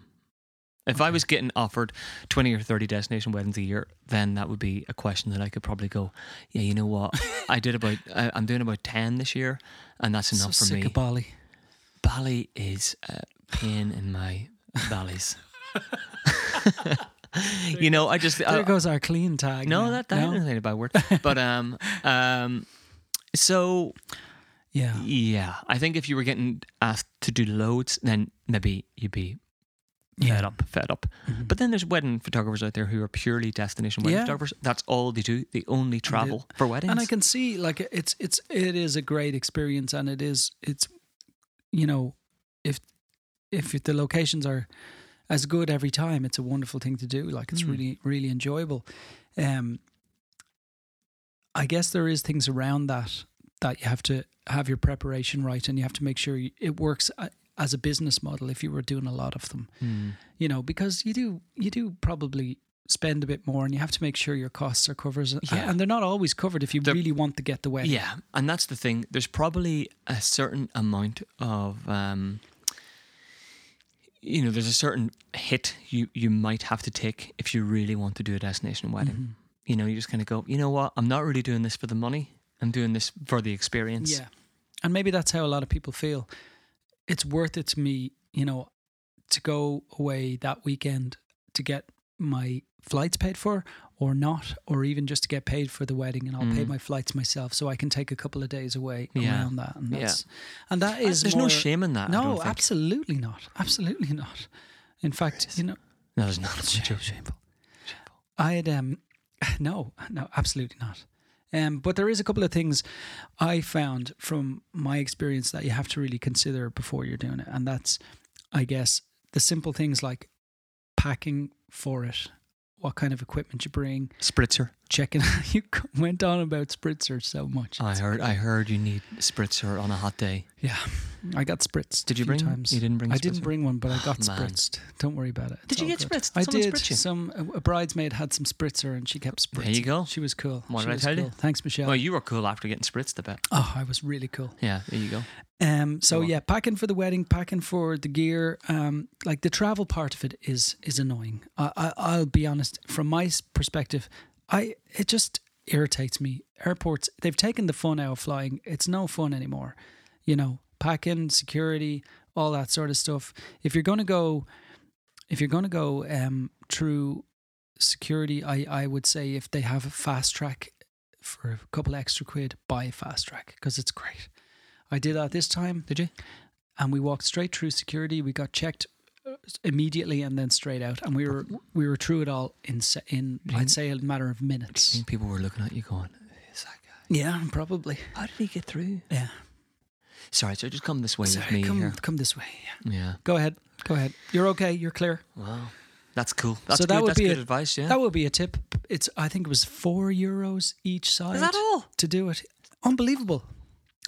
S1: If I was getting offered twenty or thirty destination weddings a year, then that would be a question that I could probably go, yeah, you know what, I did about, [LAUGHS] I, I'm doing about ten this year, and that's enough
S2: so
S1: for
S2: sick
S1: me.
S2: of Bali.
S1: [LAUGHS] Bali is a pain in my
S2: [LAUGHS]
S1: valleys. you know, I just
S2: There
S1: I,
S2: goes our clean tag.
S1: Uh, no,
S2: now.
S1: that that
S2: No?
S1: isn't a bad word, but um um. So
S2: [LAUGHS] Yeah.
S1: yeah, I think if you were getting asked to do loads, then maybe you'd be fed
S2: Yeah.
S1: up, fed up.
S2: Mhm.
S1: But then there's wedding photographers out there who are purely destination wedding
S2: Yeah.
S1: photographers. That's all they do. They only travel for weddings.
S2: and I can see like it's it's it is a great experience, and it is it's you know if if the locations are as good every time, it's a wonderful thing to do. Like it's
S1: Mm.
S2: really really enjoyable. Um, I guess there is things around that that you have to have your preparation right, and you have to make sure you, it works a- as a business model if you were doing a lot of them.
S1: Hmm.
S2: you know because you do you do probably spend a bit more and you have to make sure your costs are covered
S1: Yeah.
S2: and they're not always covered if you
S1: They're-
S2: really want to get the wedding
S1: Yeah, and that's the thing. There's probably a certain amount of, um, you know, there's a certain hit you you might have to take if you really want to do a
S2: Mm-hmm.
S1: destination wedding. You know, you just kind of go, you know what? I'm not really doing this for the money. I'm doing this for the experience.
S2: yeah and maybe that's how a lot of people feel it's worth it to me you know to go away that weekend to get my flights paid for or not or even just to get paid for the wedding and I'll pay
S1: Mm.
S2: my flights myself so I can take a couple of days away
S1: Yeah.
S2: around that and
S1: Yeah.
S2: that's and that
S1: Uh,
S2: is
S1: there's no
S2: more-
S1: shame in that. I don't
S2: no
S1: think.
S2: absolutely not absolutely not in fact
S1: [LAUGHS]
S2: you know
S1: no, there's not. [LAUGHS]
S2: Shame- shameful. I had um [LAUGHS] no, no, absolutely not. Um, but there is a couple of things I found from my experience that you have to really consider before you're doing it, and that's, I guess, the simple things like packing for it, what kind of equipment you bring,
S1: Spritzer.
S2: checking. [LAUGHS] you went on about spritzers so much.
S1: I heard. I heard you need spritzer on a hot day.
S2: Yeah, I got spritzed.
S1: Did
S2: a
S1: you
S2: few
S1: bring? one?
S2: Times.
S1: You didn't bring.
S2: I didn't
S1: spritzer?
S2: bring one, but I got
S1: Oh, Man.
S2: spritzed. Don't worry about it. It's
S1: you
S2: all
S1: get
S2: good.
S1: spritzed? Did
S2: I
S1: someone
S2: did.
S1: spritz you?
S2: Some a- a bridesmaid had some spritzer, and she kept spritzing.
S1: There you go.
S2: She was cool.
S1: What
S2: She
S1: did I
S2: was
S1: tell you?
S2: cool. Thanks, Michelle.
S1: Well, you were cool after getting spritzed a bit.
S2: oh, I was really cool.
S1: Yeah, there you go.
S2: Um, so
S1: Cool.
S2: yeah, packing for the wedding, packing for the gear, um, like the travel part of it is is annoying. I, I I'll be honest, from my s- perspective, I it just irritates me. Airports they've taken the fun out of flying. It's no fun anymore. You know, packing, security, all that sort of stuff. If you're gonna go, if you're gonna go um, through security, I I would say if they have a fast track for a couple extra quid, buy a fast track because it's great. I did that this time
S1: Did you?
S2: and we walked straight through security. We got checked uh, immediately and then straight out, and we were we were through it all in se- in I'd say a matter of
S1: I
S2: minutes.
S1: think people were looking at you going, "Is that guy?
S2: Yeah, probably.
S1: How did he get through?"
S2: Yeah.
S1: Sorry, so just come this way
S2: Sorry,
S1: with me
S2: come
S1: here.
S2: come this way. Yeah.
S1: Yeah.
S2: Go ahead. Go ahead. You're okay. You're clear.
S1: Wow. That's cool. That's
S2: so that
S1: good.
S2: would
S1: That's
S2: be
S1: good
S2: a-
S1: advice. Yeah.
S2: That would be a tip. It's I think it was four euros each side.
S1: all?
S2: To do it, unbelievable.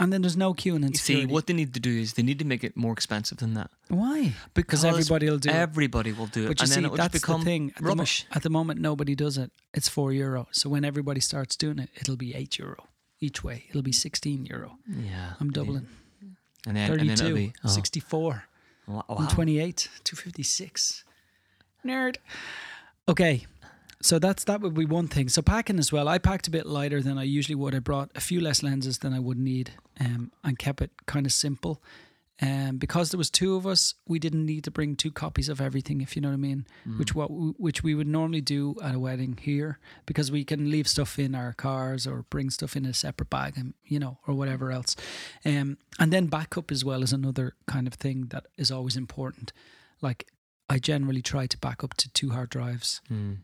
S2: And then there's no queuing and
S1: You see, what they need to do is they need to make it more expensive than that
S2: Why? Because everybody will do it.
S1: Everybody will do it,
S2: But you
S1: and
S2: see,
S1: then it will just
S2: that's
S1: become
S2: the thing. At the mo-
S1: rubbish.
S2: at the moment, nobody does it. It's four euro. So when everybody starts doing it, it'll be eight euro each way. It'll be sixteen euro.
S1: yeah. and
S2: I'm
S1: then-
S2: doubling
S1: And then, and then it'll
S2: thirty-two,
S1: be oh,
S2: sixty-four,
S1: wow.
S2: one twenty-eight, two fifty-six. Nerd. Okay. So that's that would be one thing. So packing as well. I packed a bit lighter than I usually would. I brought a few less lenses than I would need, um, and kept it kind of simple. Um, because there was two of us, we didn't need to bring two copies of everything, if you know what I mean. Which what which we would normally do at a wedding here, because we can leave stuff in our cars or bring stuff in a separate bag, and you know, or whatever else. Um, and then backup as well is another kind of thing that is always important. Like I generally try to back up to two hard drives
S1: Mm.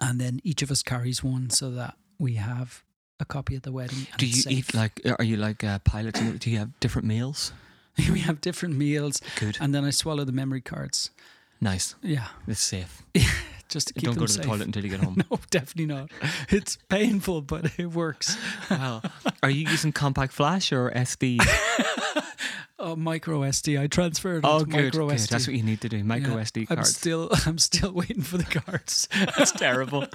S2: and then each of us carries one so that we have a copy at the wedding. and
S1: Do you
S2: it's
S1: eat
S2: safe.
S1: like? Are you like uh, pilots? and do you have different meals?
S2: [LAUGHS] we have different meals,
S1: Good.
S2: and then I swallow the memory cards.
S1: Nice.
S2: Yeah,
S1: It's safe.
S2: just to keep
S1: Don't
S2: them
S1: go to
S2: safe.
S1: the toilet until you get home.
S2: [LAUGHS] No, definitely not. It's painful, but it
S1: [LAUGHS]
S2: works.
S1: Wow. Are you using compact flash or SD?
S2: Oh, micro SD. I transferred
S1: [LAUGHS] oh,
S2: onto
S1: good.
S2: micro
S1: good.
S2: SD.
S1: That's what you need to do. Micro
S2: Yeah.
S1: SD
S2: I'm
S1: cards.
S2: still, [LAUGHS] I'm still waiting for the cards.
S1: That's
S2: [LAUGHS]
S1: terrible.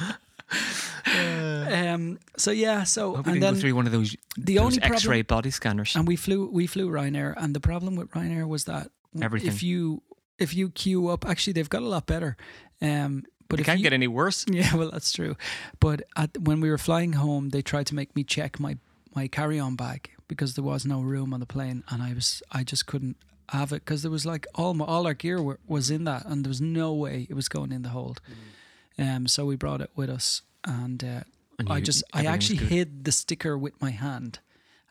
S2: Um. So yeah. So
S1: Hope we didn't
S2: and then
S1: go through one of those,
S2: the
S1: those
S2: only problem-
S1: X-ray body scanners.
S2: and we flew we flew Ryanair, and the problem with Ryanair was that w-
S1: Everything.
S2: If you if you queue up, actually they've got a lot better. Um, but
S1: It
S2: if
S1: can't
S2: [LAUGHS] you,
S1: get any worse.
S2: yeah, well that's true. But at, when we were flying home, they tried to make me check my my carry on bag because there was no room on the plane, and I was I just couldn't have it because there was like all my, all our gear were, was in that, and there was no way it was going in the hold.
S1: Mm.
S2: Um, so we brought it with us, and. Uh,
S1: And
S2: I
S1: you-
S2: just I
S1: everything was
S2: actually
S1: good.
S2: hid the sticker with my hand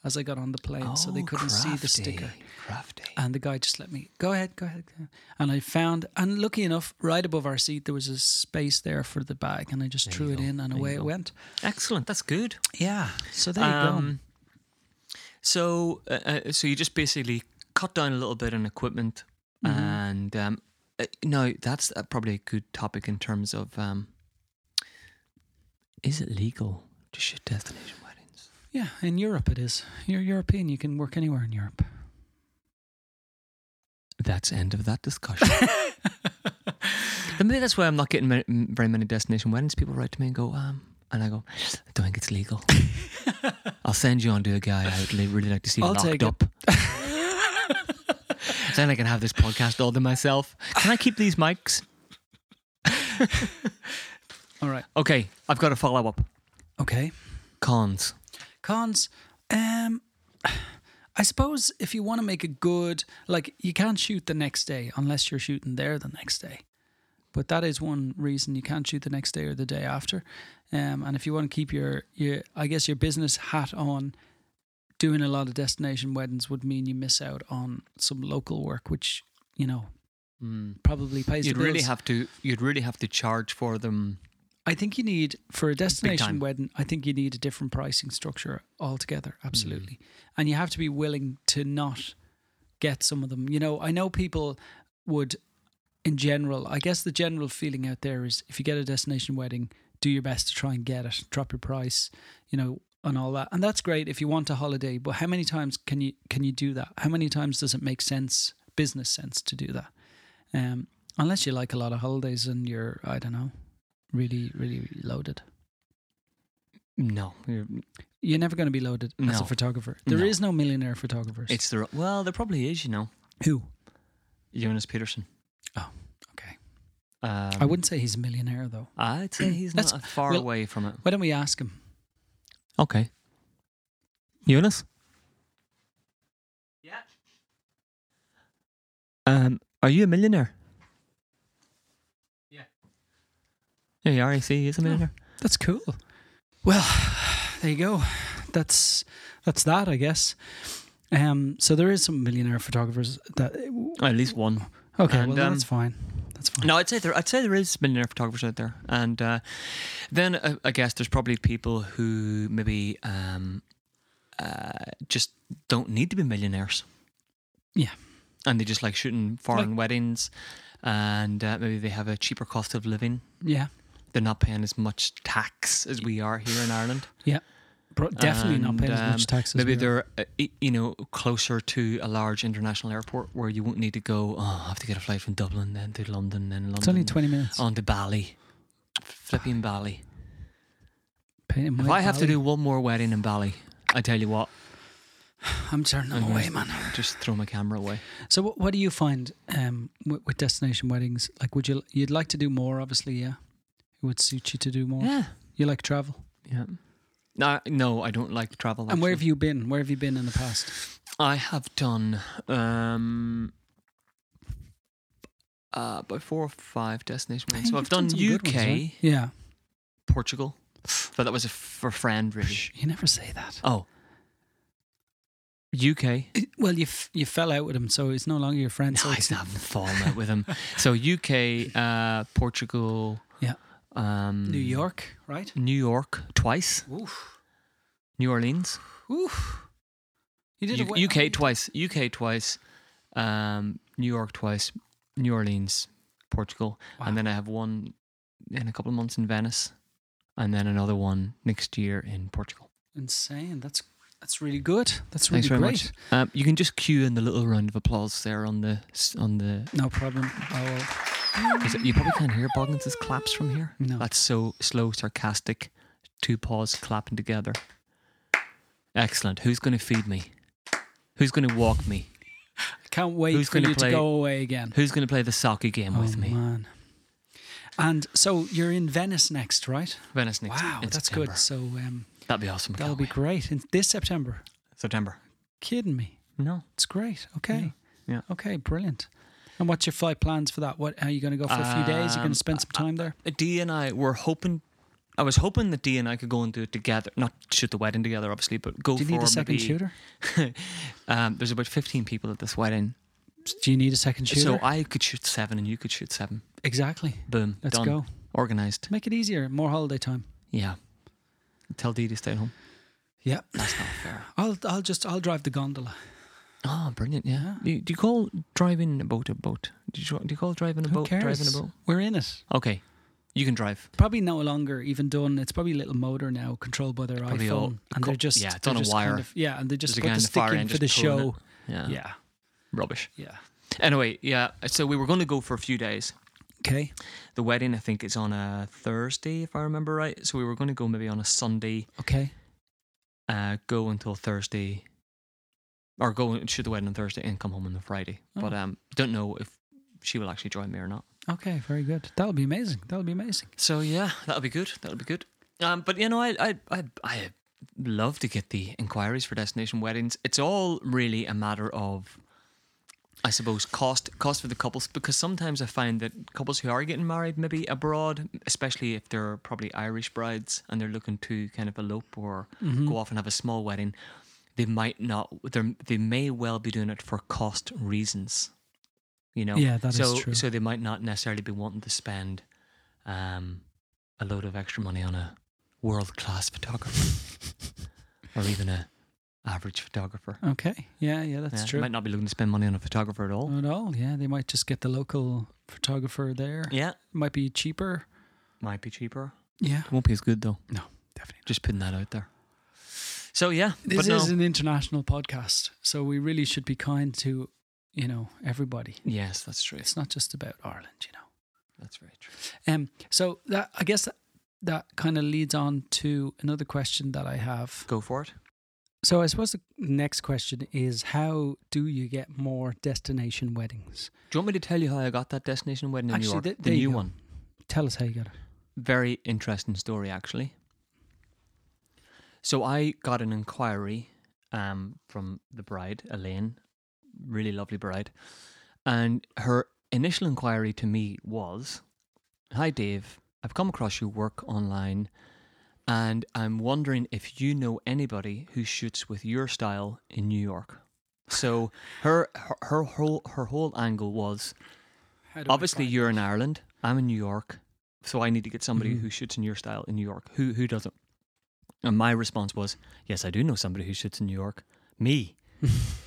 S2: as I got on the plane, so they
S1: Oh,
S2: couldn't see the sticker. Uh,
S1: crafty, Crafty.
S2: And the guy just let me go ahead, go ahead. go ahead." And I found, and lucky enough, right above our seat there was a space there for the bag, and I just threw
S1: you
S2: it
S1: go,
S2: in, and
S1: there you
S2: away
S1: go.
S2: it went.
S1: Excellent. That's good.
S2: Yeah. So there you
S1: Um, So, uh, uh, so you just basically cut down a little bit on equipment,
S2: Mm-hmm.
S1: and um, uh, now that's uh, probably a good topic in terms of um, is it legal to shoot destination weddings?
S2: go. Yeah, in Europe it is. You're European, you can work anywhere in
S1: [LAUGHS]
S2: Europe.
S1: That's the end of that
S2: [LAUGHS]
S1: discussion. And Maybe that's why I'm not getting ma- m- very many destination weddings. People write to me and go, um, and I go, I don't think it's legal. I'll send you on to a guy I'd li- really like to see
S2: I'll
S1: locked
S2: take it.
S1: up. [LAUGHS] then I can have this podcast all to myself. Can I keep these mics?
S2: All right.
S1: Okay, I've got a follow up.
S2: Okay.
S1: Cons.
S2: Cons. Um, [SIGHS] I suppose if you want to make a good, like, you can't shoot the next day unless you're shooting there the next day. But that is one reason you can't shoot the next day or the day after. Um, and if you want to keep your, your, I guess your business hat on, doing a lot of destination weddings would mean you miss out on some local work, which you know probably pays.
S1: Hmm. You'd
S2: the
S1: really
S2: bills.
S1: have to. You'd really have to charge for them.
S2: I think you need for a destination
S1: time.
S2: wedding. I think you need a different pricing structure altogether. Absolutely, and you have to be willing to not get some of them. You know, I know people would, in general. I guess the general feeling out there is if you get a destination wedding, do your best to try and get it. Drop your price. You know, and all that, and that's great if you want a holiday. But how many times can you can you do that? How many times does it make sense, business sense, to do that? Um, unless you like a lot of holidays and you're, I don't know, really, really loaded.
S1: No, you're-
S2: You're never going to be loaded as
S1: No.
S2: a photographer. There is
S1: No.
S2: no. millionaire photographers.
S1: it's the well. There probably is. You know, Oh,
S2: who?
S1: Jonas Peterson.
S2: Okay.
S1: Um,
S2: I wouldn't say he's a millionaire though.
S1: I'd say he's not
S2: That's-
S1: far
S2: well-
S1: away from it.
S2: Why don't we ask him?
S1: Okay. Jonas? Yeah. Um, are you a millionaire? Yeah. Yeah, you are. You see, he's a millionaire.
S2: That's cool. Well, there you go. That's that's that, I guess. Um, so there is some millionaire photographers that
S1: At least one.
S2: Okay,
S1: And,
S2: well
S1: um,
S2: that's fine. That's fine.
S1: No, I'd say there. I'd say there is millionaire photographers out there, and uh, then uh, I guess there's probably people who maybe um, uh, just don't need to be millionaires.
S2: Yeah.
S1: and they just like shooting foreign weddings, and uh, maybe they have a cheaper cost of living.
S2: Yeah,
S1: They're not paying as much tax as we are here in Ireland.
S2: Pro- definitely not
S1: And,
S2: paying as
S1: um,
S2: much taxes.
S1: Maybe they're uh, y- you know closer to a large international airport where you won't need to go. Oh, I have to get a flight from Dublin, then to London, then London.
S2: It's only twenty minutes.
S1: on to Bali. Flipping Bali.
S2: Pay- my
S1: If I have to
S2: Bali-
S1: do one more wedding in Bali, I tell you what,
S2: I'm turning them
S1: I'm
S2: away,
S1: gonna- [LAUGHS]
S2: man.
S1: just throw my camera away.
S2: So, what, what do you find um, with, with destination weddings? Like, would you you'd like to do more? Obviously, yeah. It would suit you to do more.
S1: Yeah.
S2: You like travel.
S1: Yeah. No, no, I don't like travel.
S2: And where have
S1: actually.
S2: you been? Where have you been in the past?
S1: I have done um, uh, about four or five destination weddings. So
S2: Hey,
S1: I've
S2: you've
S1: done,
S2: some good
S1: UK,
S2: ones, right? Yeah.
S1: Portugal, but that was a, for a friend, really.
S2: Psh, You never say that.
S1: Oh, UK.
S2: It- Well, you f- you fell out with him, so it's no longer your friend. so
S1: No,
S2: it's
S1: he's not falling out with
S2: [LAUGHS]
S1: him. So UK, uh, Portugal,
S2: Yeah.
S1: um,
S2: New York, right?
S1: New York twice,
S2: Oof.
S1: New Orleans,
S2: Oof. You did a
S1: U-
S2: we-
S1: UK twice, UK twice, um, New York twice, New Orleans, Portugal,
S2: Wow.
S1: and then I have one in a couple of months in Venice, and then another one next year in Portugal.
S2: Insane. That's that's really good. That's really
S1: Thanks very
S2: great.
S1: much. Um, you can just cue in the little round of applause there on the s- on the.
S2: No problem. I will.
S1: is it- you probably can't hear Boggins's claps from here.
S2: No.
S1: That's so slow, sarcastic. Two paws clapping together. Excellent. Who's going to feed me? Who's going to walk me?
S2: Can't wait
S1: Who's
S2: for
S1: gonna
S2: you
S1: play-
S2: to go away again.
S1: Who's going to play the soccer game with
S2: oh,
S1: me?
S2: man. And so you're in Venice next, right?
S1: Venice next.
S2: Wow,
S1: in
S2: that's
S1: September.
S2: good. So um,
S1: That'd be awesome.
S2: that'll
S1: can't
S2: be
S1: we?
S2: great. In this September.
S1: September.
S2: Kidding me.
S1: No.
S2: It's great. Okay.
S1: Yeah.
S2: Okay, brilliant. And what's your flight plans for that? What are you going to go for a few days? You're going
S1: Um,
S2: to spend some time there?
S1: D and I were hoping. I was hoping that D and I could go and do it together. Not shoot the wedding together, obviously, but go
S2: Do you
S1: for
S2: need a second
S1: maybe-
S2: shooter?
S1: Um, there's about 15 people at this wedding,
S2: Do you need a second shooter?
S1: so uh, I could shoot seven and you could shoot seven.
S2: exactly.
S1: Boom.
S2: Let's
S1: done.
S2: go.
S1: Organized.
S2: Make it easier. More holiday time.
S1: Yeah. Tell Dee to stay at home.
S2: Yeah.
S1: That's not fair.
S2: I'll I'll just I'll drive the gondola.
S1: Oh, brilliant! Yeah. Do, you, do you call driving a boat a boat? Do you, do you call driving a
S2: Who
S1: boat
S2: cares?
S1: driving a boat?
S2: We're in it.
S1: Okay, you can drive.
S2: Probably no longer even done. It's probably a little motor now, controlled by their
S1: Probably
S2: iPhone,
S1: all
S2: and
S1: co-
S2: they're just
S1: yeah, it's
S2: they're
S1: on a
S2: just
S1: wire.
S2: Kind of, yeah, and they just
S1: There's a
S2: put
S1: guy
S2: the
S1: in the
S2: stick
S1: far
S2: in
S1: end
S2: for the
S1: just pulling
S2: show.
S1: Yeah.
S2: Yeah,
S1: Rubbish.
S2: yeah.
S1: Anyway, yeah. So we were going to go for a few days.
S2: Okay,
S1: The wedding, I think, is on a Thursday, if I remember right. So we were going to go maybe on a Sunday,
S2: okay.
S1: uh, go until Thursday, or go and shoot the wedding on Thursday and come home on the Friday. But
S2: Oh.
S1: um, don't know if she will actually join me or not.
S2: Okay, very good. That'll be amazing. That'll be amazing.
S1: So yeah, that'll be good. That'll be good. Um, but you know, I I I I love to get the inquiries for destination weddings. It's all really a matter of, I suppose, cost cost for the couples because sometimes I find that couples who are getting married maybe abroad, especially if they're probably Irish brides and they're looking to kind of elope or go off and have a small wedding, they might not. They they may well be doing it for cost reasons. You know.
S2: Yeah, that is
S1: so,
S2: true.
S1: So they might not necessarily be wanting to spend um, a load of extra money on a world class photographer
S2: [LAUGHS]
S1: or even a average photographer.
S2: Okay. Yeah, yeah, that's
S1: Yeah,
S2: true. Uh,
S1: Might not be looking to spend money on a photographer at all.
S2: Not at all. Yeah, they might just get the local photographer there.
S1: Yeah,
S2: Might be cheaper.
S1: might be cheaper.
S2: Yeah.
S1: Won't be as good though.
S2: No, definitely.
S1: Just putting that out there. So yeah,
S2: This
S1: but no.
S2: is an international podcast, so we really should be kind to, you know, everybody.
S1: yes, that's true.
S2: It's not just about Ireland, you know.
S1: That's very true.
S2: Um. So that I guess that, that kind of leads on to another question that I have.
S1: Go for it.
S2: So I suppose the next question is, how do you get more destination weddings?
S1: Do you want me to tell you how I got that destination wedding in
S2: Actually,
S1: New York?
S2: th-
S1: the
S2: there you
S1: new
S2: go.
S1: one.
S2: Tell us how you got it.
S1: very interesting story actually. So I got an inquiry um, from the bride, Elaine, really lovely bride, and her initial inquiry to me was, "Hi Dave, I've come across your work online, and I'm wondering if you know anybody who shoots with your style in New York." So her her, her whole her whole angle was,
S2: How do I
S1: Obviously,
S2: find
S1: you're
S2: that?
S1: in Ireland. I'm in New York, so I need to get somebody
S2: Mhm.
S1: who shoots in your style in New York. Who who doesn't? And my response was, yes, I do know somebody who shoots in New York. Me,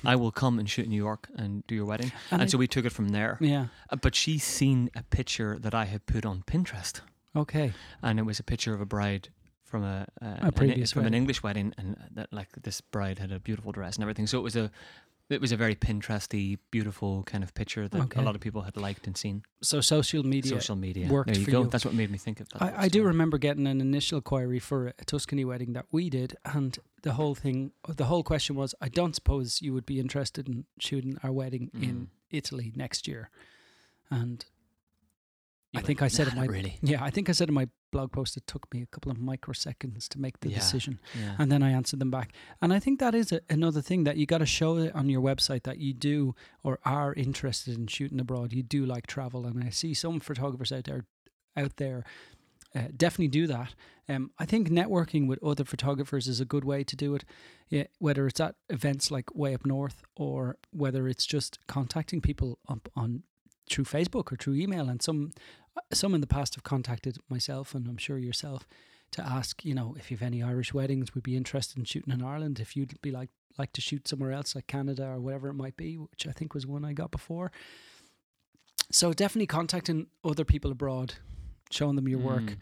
S1: I will come and shoot in New York and do your wedding.
S2: And
S1: And,
S2: I-
S1: so we took it from there.
S2: Yeah.
S1: Uh, But she's seen a picture that I had put on Pinterest,
S2: Okay.
S1: and it was a picture of a bride from a, a, an-
S2: previous
S1: from an
S2: wedding.
S1: English wedding, and that like this bride had a beautiful dress and everything. So it was a it was a very Pinteresty, beautiful kind of picture that
S2: Okay.
S1: a lot of people had liked and seen
S2: So social media.
S1: social media.
S2: worked
S1: there you
S2: for
S1: go.
S2: you.
S1: That's what made me think of that.
S2: I, I do remember getting an initial query for a Tuscany wedding that we did, and the whole thing, the whole question was, I don't suppose you would be interested in shooting our wedding in
S1: Mm.
S2: Italy next year. And
S1: You
S2: I
S1: went,
S2: think I said
S1: "Nah,
S2: it
S1: not
S2: might. [LAUGHS]
S1: really.
S2: Yeah, I think I said in my blog post it took me a couple of microseconds to make the
S1: Yeah.
S2: decision,
S1: Yeah.
S2: and then I answered them back. And I think that is a, another thing that you got to show it on your website that you do or are interested in shooting abroad. You do like travel, and I see some photographers out there, out there, uh, definitely do that. Um, I think networking with other photographers is a good way to do it. Yeah, whether it's at events like Way Up North or whether it's just contacting people up on through Facebook or through email. And some some in the past have contacted myself and I'm sure yourself to ask, you know, if you've any Irish weddings, we'd be interested in shooting in Ireland. If you'd be like like to shoot somewhere else, like Canada or whatever it might be, which I think was one I got before. So definitely contacting other people abroad, showing them your work
S1: Mm.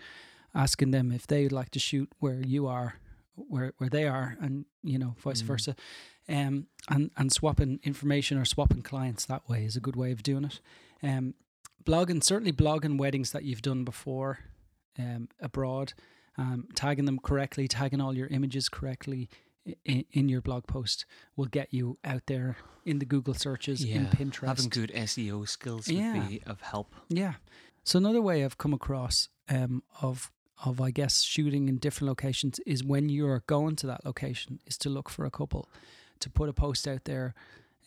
S2: asking them if they would like to shoot where you are, where where they are, and you know, vice
S1: Mm.
S2: versa. Um, and and swapping information or swapping clients that way is a good way of doing it. Um, blogging certainly blogging weddings that you've done before, um, abroad, um, tagging them correctly, tagging all your images correctly. In, in your blog post will get you out there in the Google searches, in
S1: Yeah.
S2: Pinterest.
S1: Having good SEO skills
S2: Yeah.
S1: would be of help.
S2: Yeah. So another way I've come across um, of of I guess shooting in different locations is when you're going to that location is to look for a couple, to put a post out there,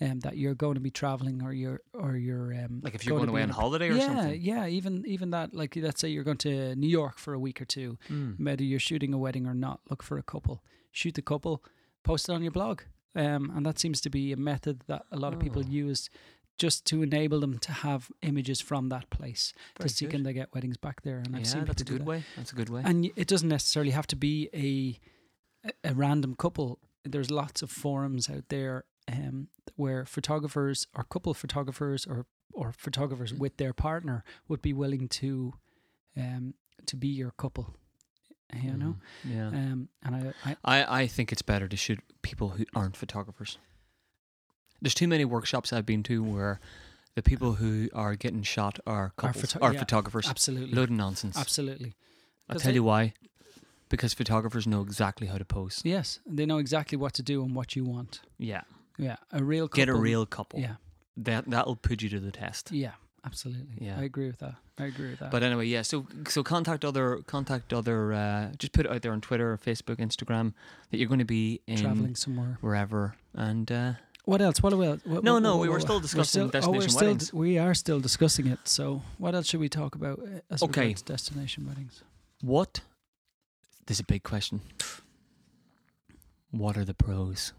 S2: um, that you're going to be traveling or you're or you're um,
S1: Like if you're going
S2: to be
S1: away
S2: in
S1: on
S2: a-
S1: holiday or
S2: yeah,
S1: something.
S2: yeah. Even even that like let's say you're going to New York for a week or two,
S1: Mm.
S2: whether you're shooting a wedding or not, look for a couple, shoot the couple, post it on your blog, um, and that seems to be a method that a lot of people
S1: Oh.
S2: use. Just to enable them to have images from that place
S1: Very
S2: to see
S1: good.
S2: can they get weddings back there. And I've
S1: yeah,
S2: seen
S1: that's a good
S2: people do that.
S1: way. That's a good way.
S2: [LAUGHS] And y- it doesn't necessarily have to be a a, a random couple. There's lots of forums out there um, where photographers or couple photographers or or photographers with their partner would be willing to um, to be your couple. You know,
S1: Mm. Yeah.
S2: um, and I, I
S1: I, I think it's better to shoot people who aren't photographers. There's too many workshops I've been to where the people who are getting shot are couples,
S2: photo-
S1: are
S2: yeah,
S1: photographers.
S2: absolutely,
S1: Load of nonsense.
S2: absolutely.
S1: I'll
S2: 'Cause
S1: tell
S2: I-
S1: you why. Because photographers know exactly how to pose.
S2: Yes, they know exactly what to do and what you want.
S1: Yeah.
S2: Yeah, a real couple.
S1: Get a real couple.
S2: Yeah,
S1: That that'll put you to the test.
S2: yeah, absolutely.
S1: Yeah.
S2: I agree with that. I agree with that.
S1: But anyway, yeah. So so contact other contact other. Uh, just put it out there on Twitter, Facebook, Instagram that you're going to be in
S2: traveling somewhere.
S1: wherever. And uh,
S2: What else? What else? What,
S1: No,
S2: what-
S1: no,
S2: what-
S1: we were
S2: what-
S1: still
S2: we're
S1: discussing
S2: oh, we're
S1: destination
S2: still,
S1: weddings.
S2: We are still discussing it. So, what else should we talk about uh, as
S1: Okay.
S2: regards destination weddings?
S1: what? This is a big question. What are the pros?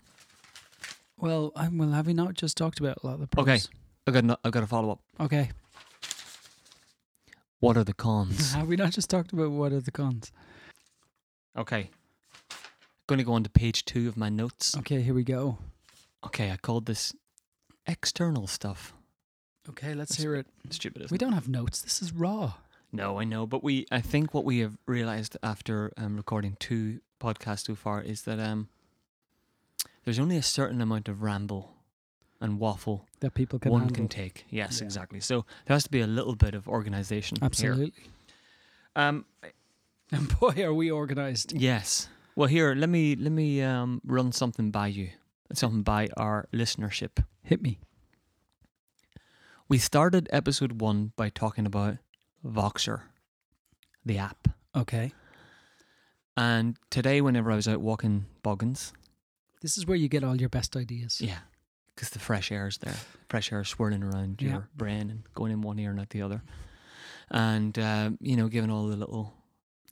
S2: Well, um, well, have we not just talked about a lot of the
S1: Okay.
S2: pros?
S1: I got no, I got a follow up.
S2: Okay. [LAUGHS]
S1: What are the
S2: [LAUGHS]
S1: cons?
S2: have we not just talked about what are the cons?
S1: okay. Going to go on to page two of my notes.
S2: Okay, here we go.
S1: Okay, I called this external stuff.
S2: Okay, let's
S1: Let's-
S2: hear it.
S1: Stupid, isn't
S2: We
S1: it?
S2: don't have notes. This is raw.
S1: No, I know, but we I think what we have realized after um, recording two podcasts so far is that um, there's only a certain amount of ramble and waffle
S2: That people can
S1: one
S2: handle.
S1: can take. Yes,
S2: Yeah.
S1: exactly. So there has to be a little bit of organization here.
S2: Absolutely. [LAUGHS]
S1: Um,
S2: And boy, are we organized.
S1: yes. Well, here let me let me um, run something by you, something by our listenership.
S2: Hit me.
S1: We started episode one by talking about Voxer, the app.
S2: Okay.
S1: And today, whenever I was out walking Boggins,
S2: This is where you get all your best ideas.
S1: yeah, because the fresh air's there, fresh air swirling around
S2: Yeah.
S1: your brain and going in one ear and out the other, and um, you know, giving all the little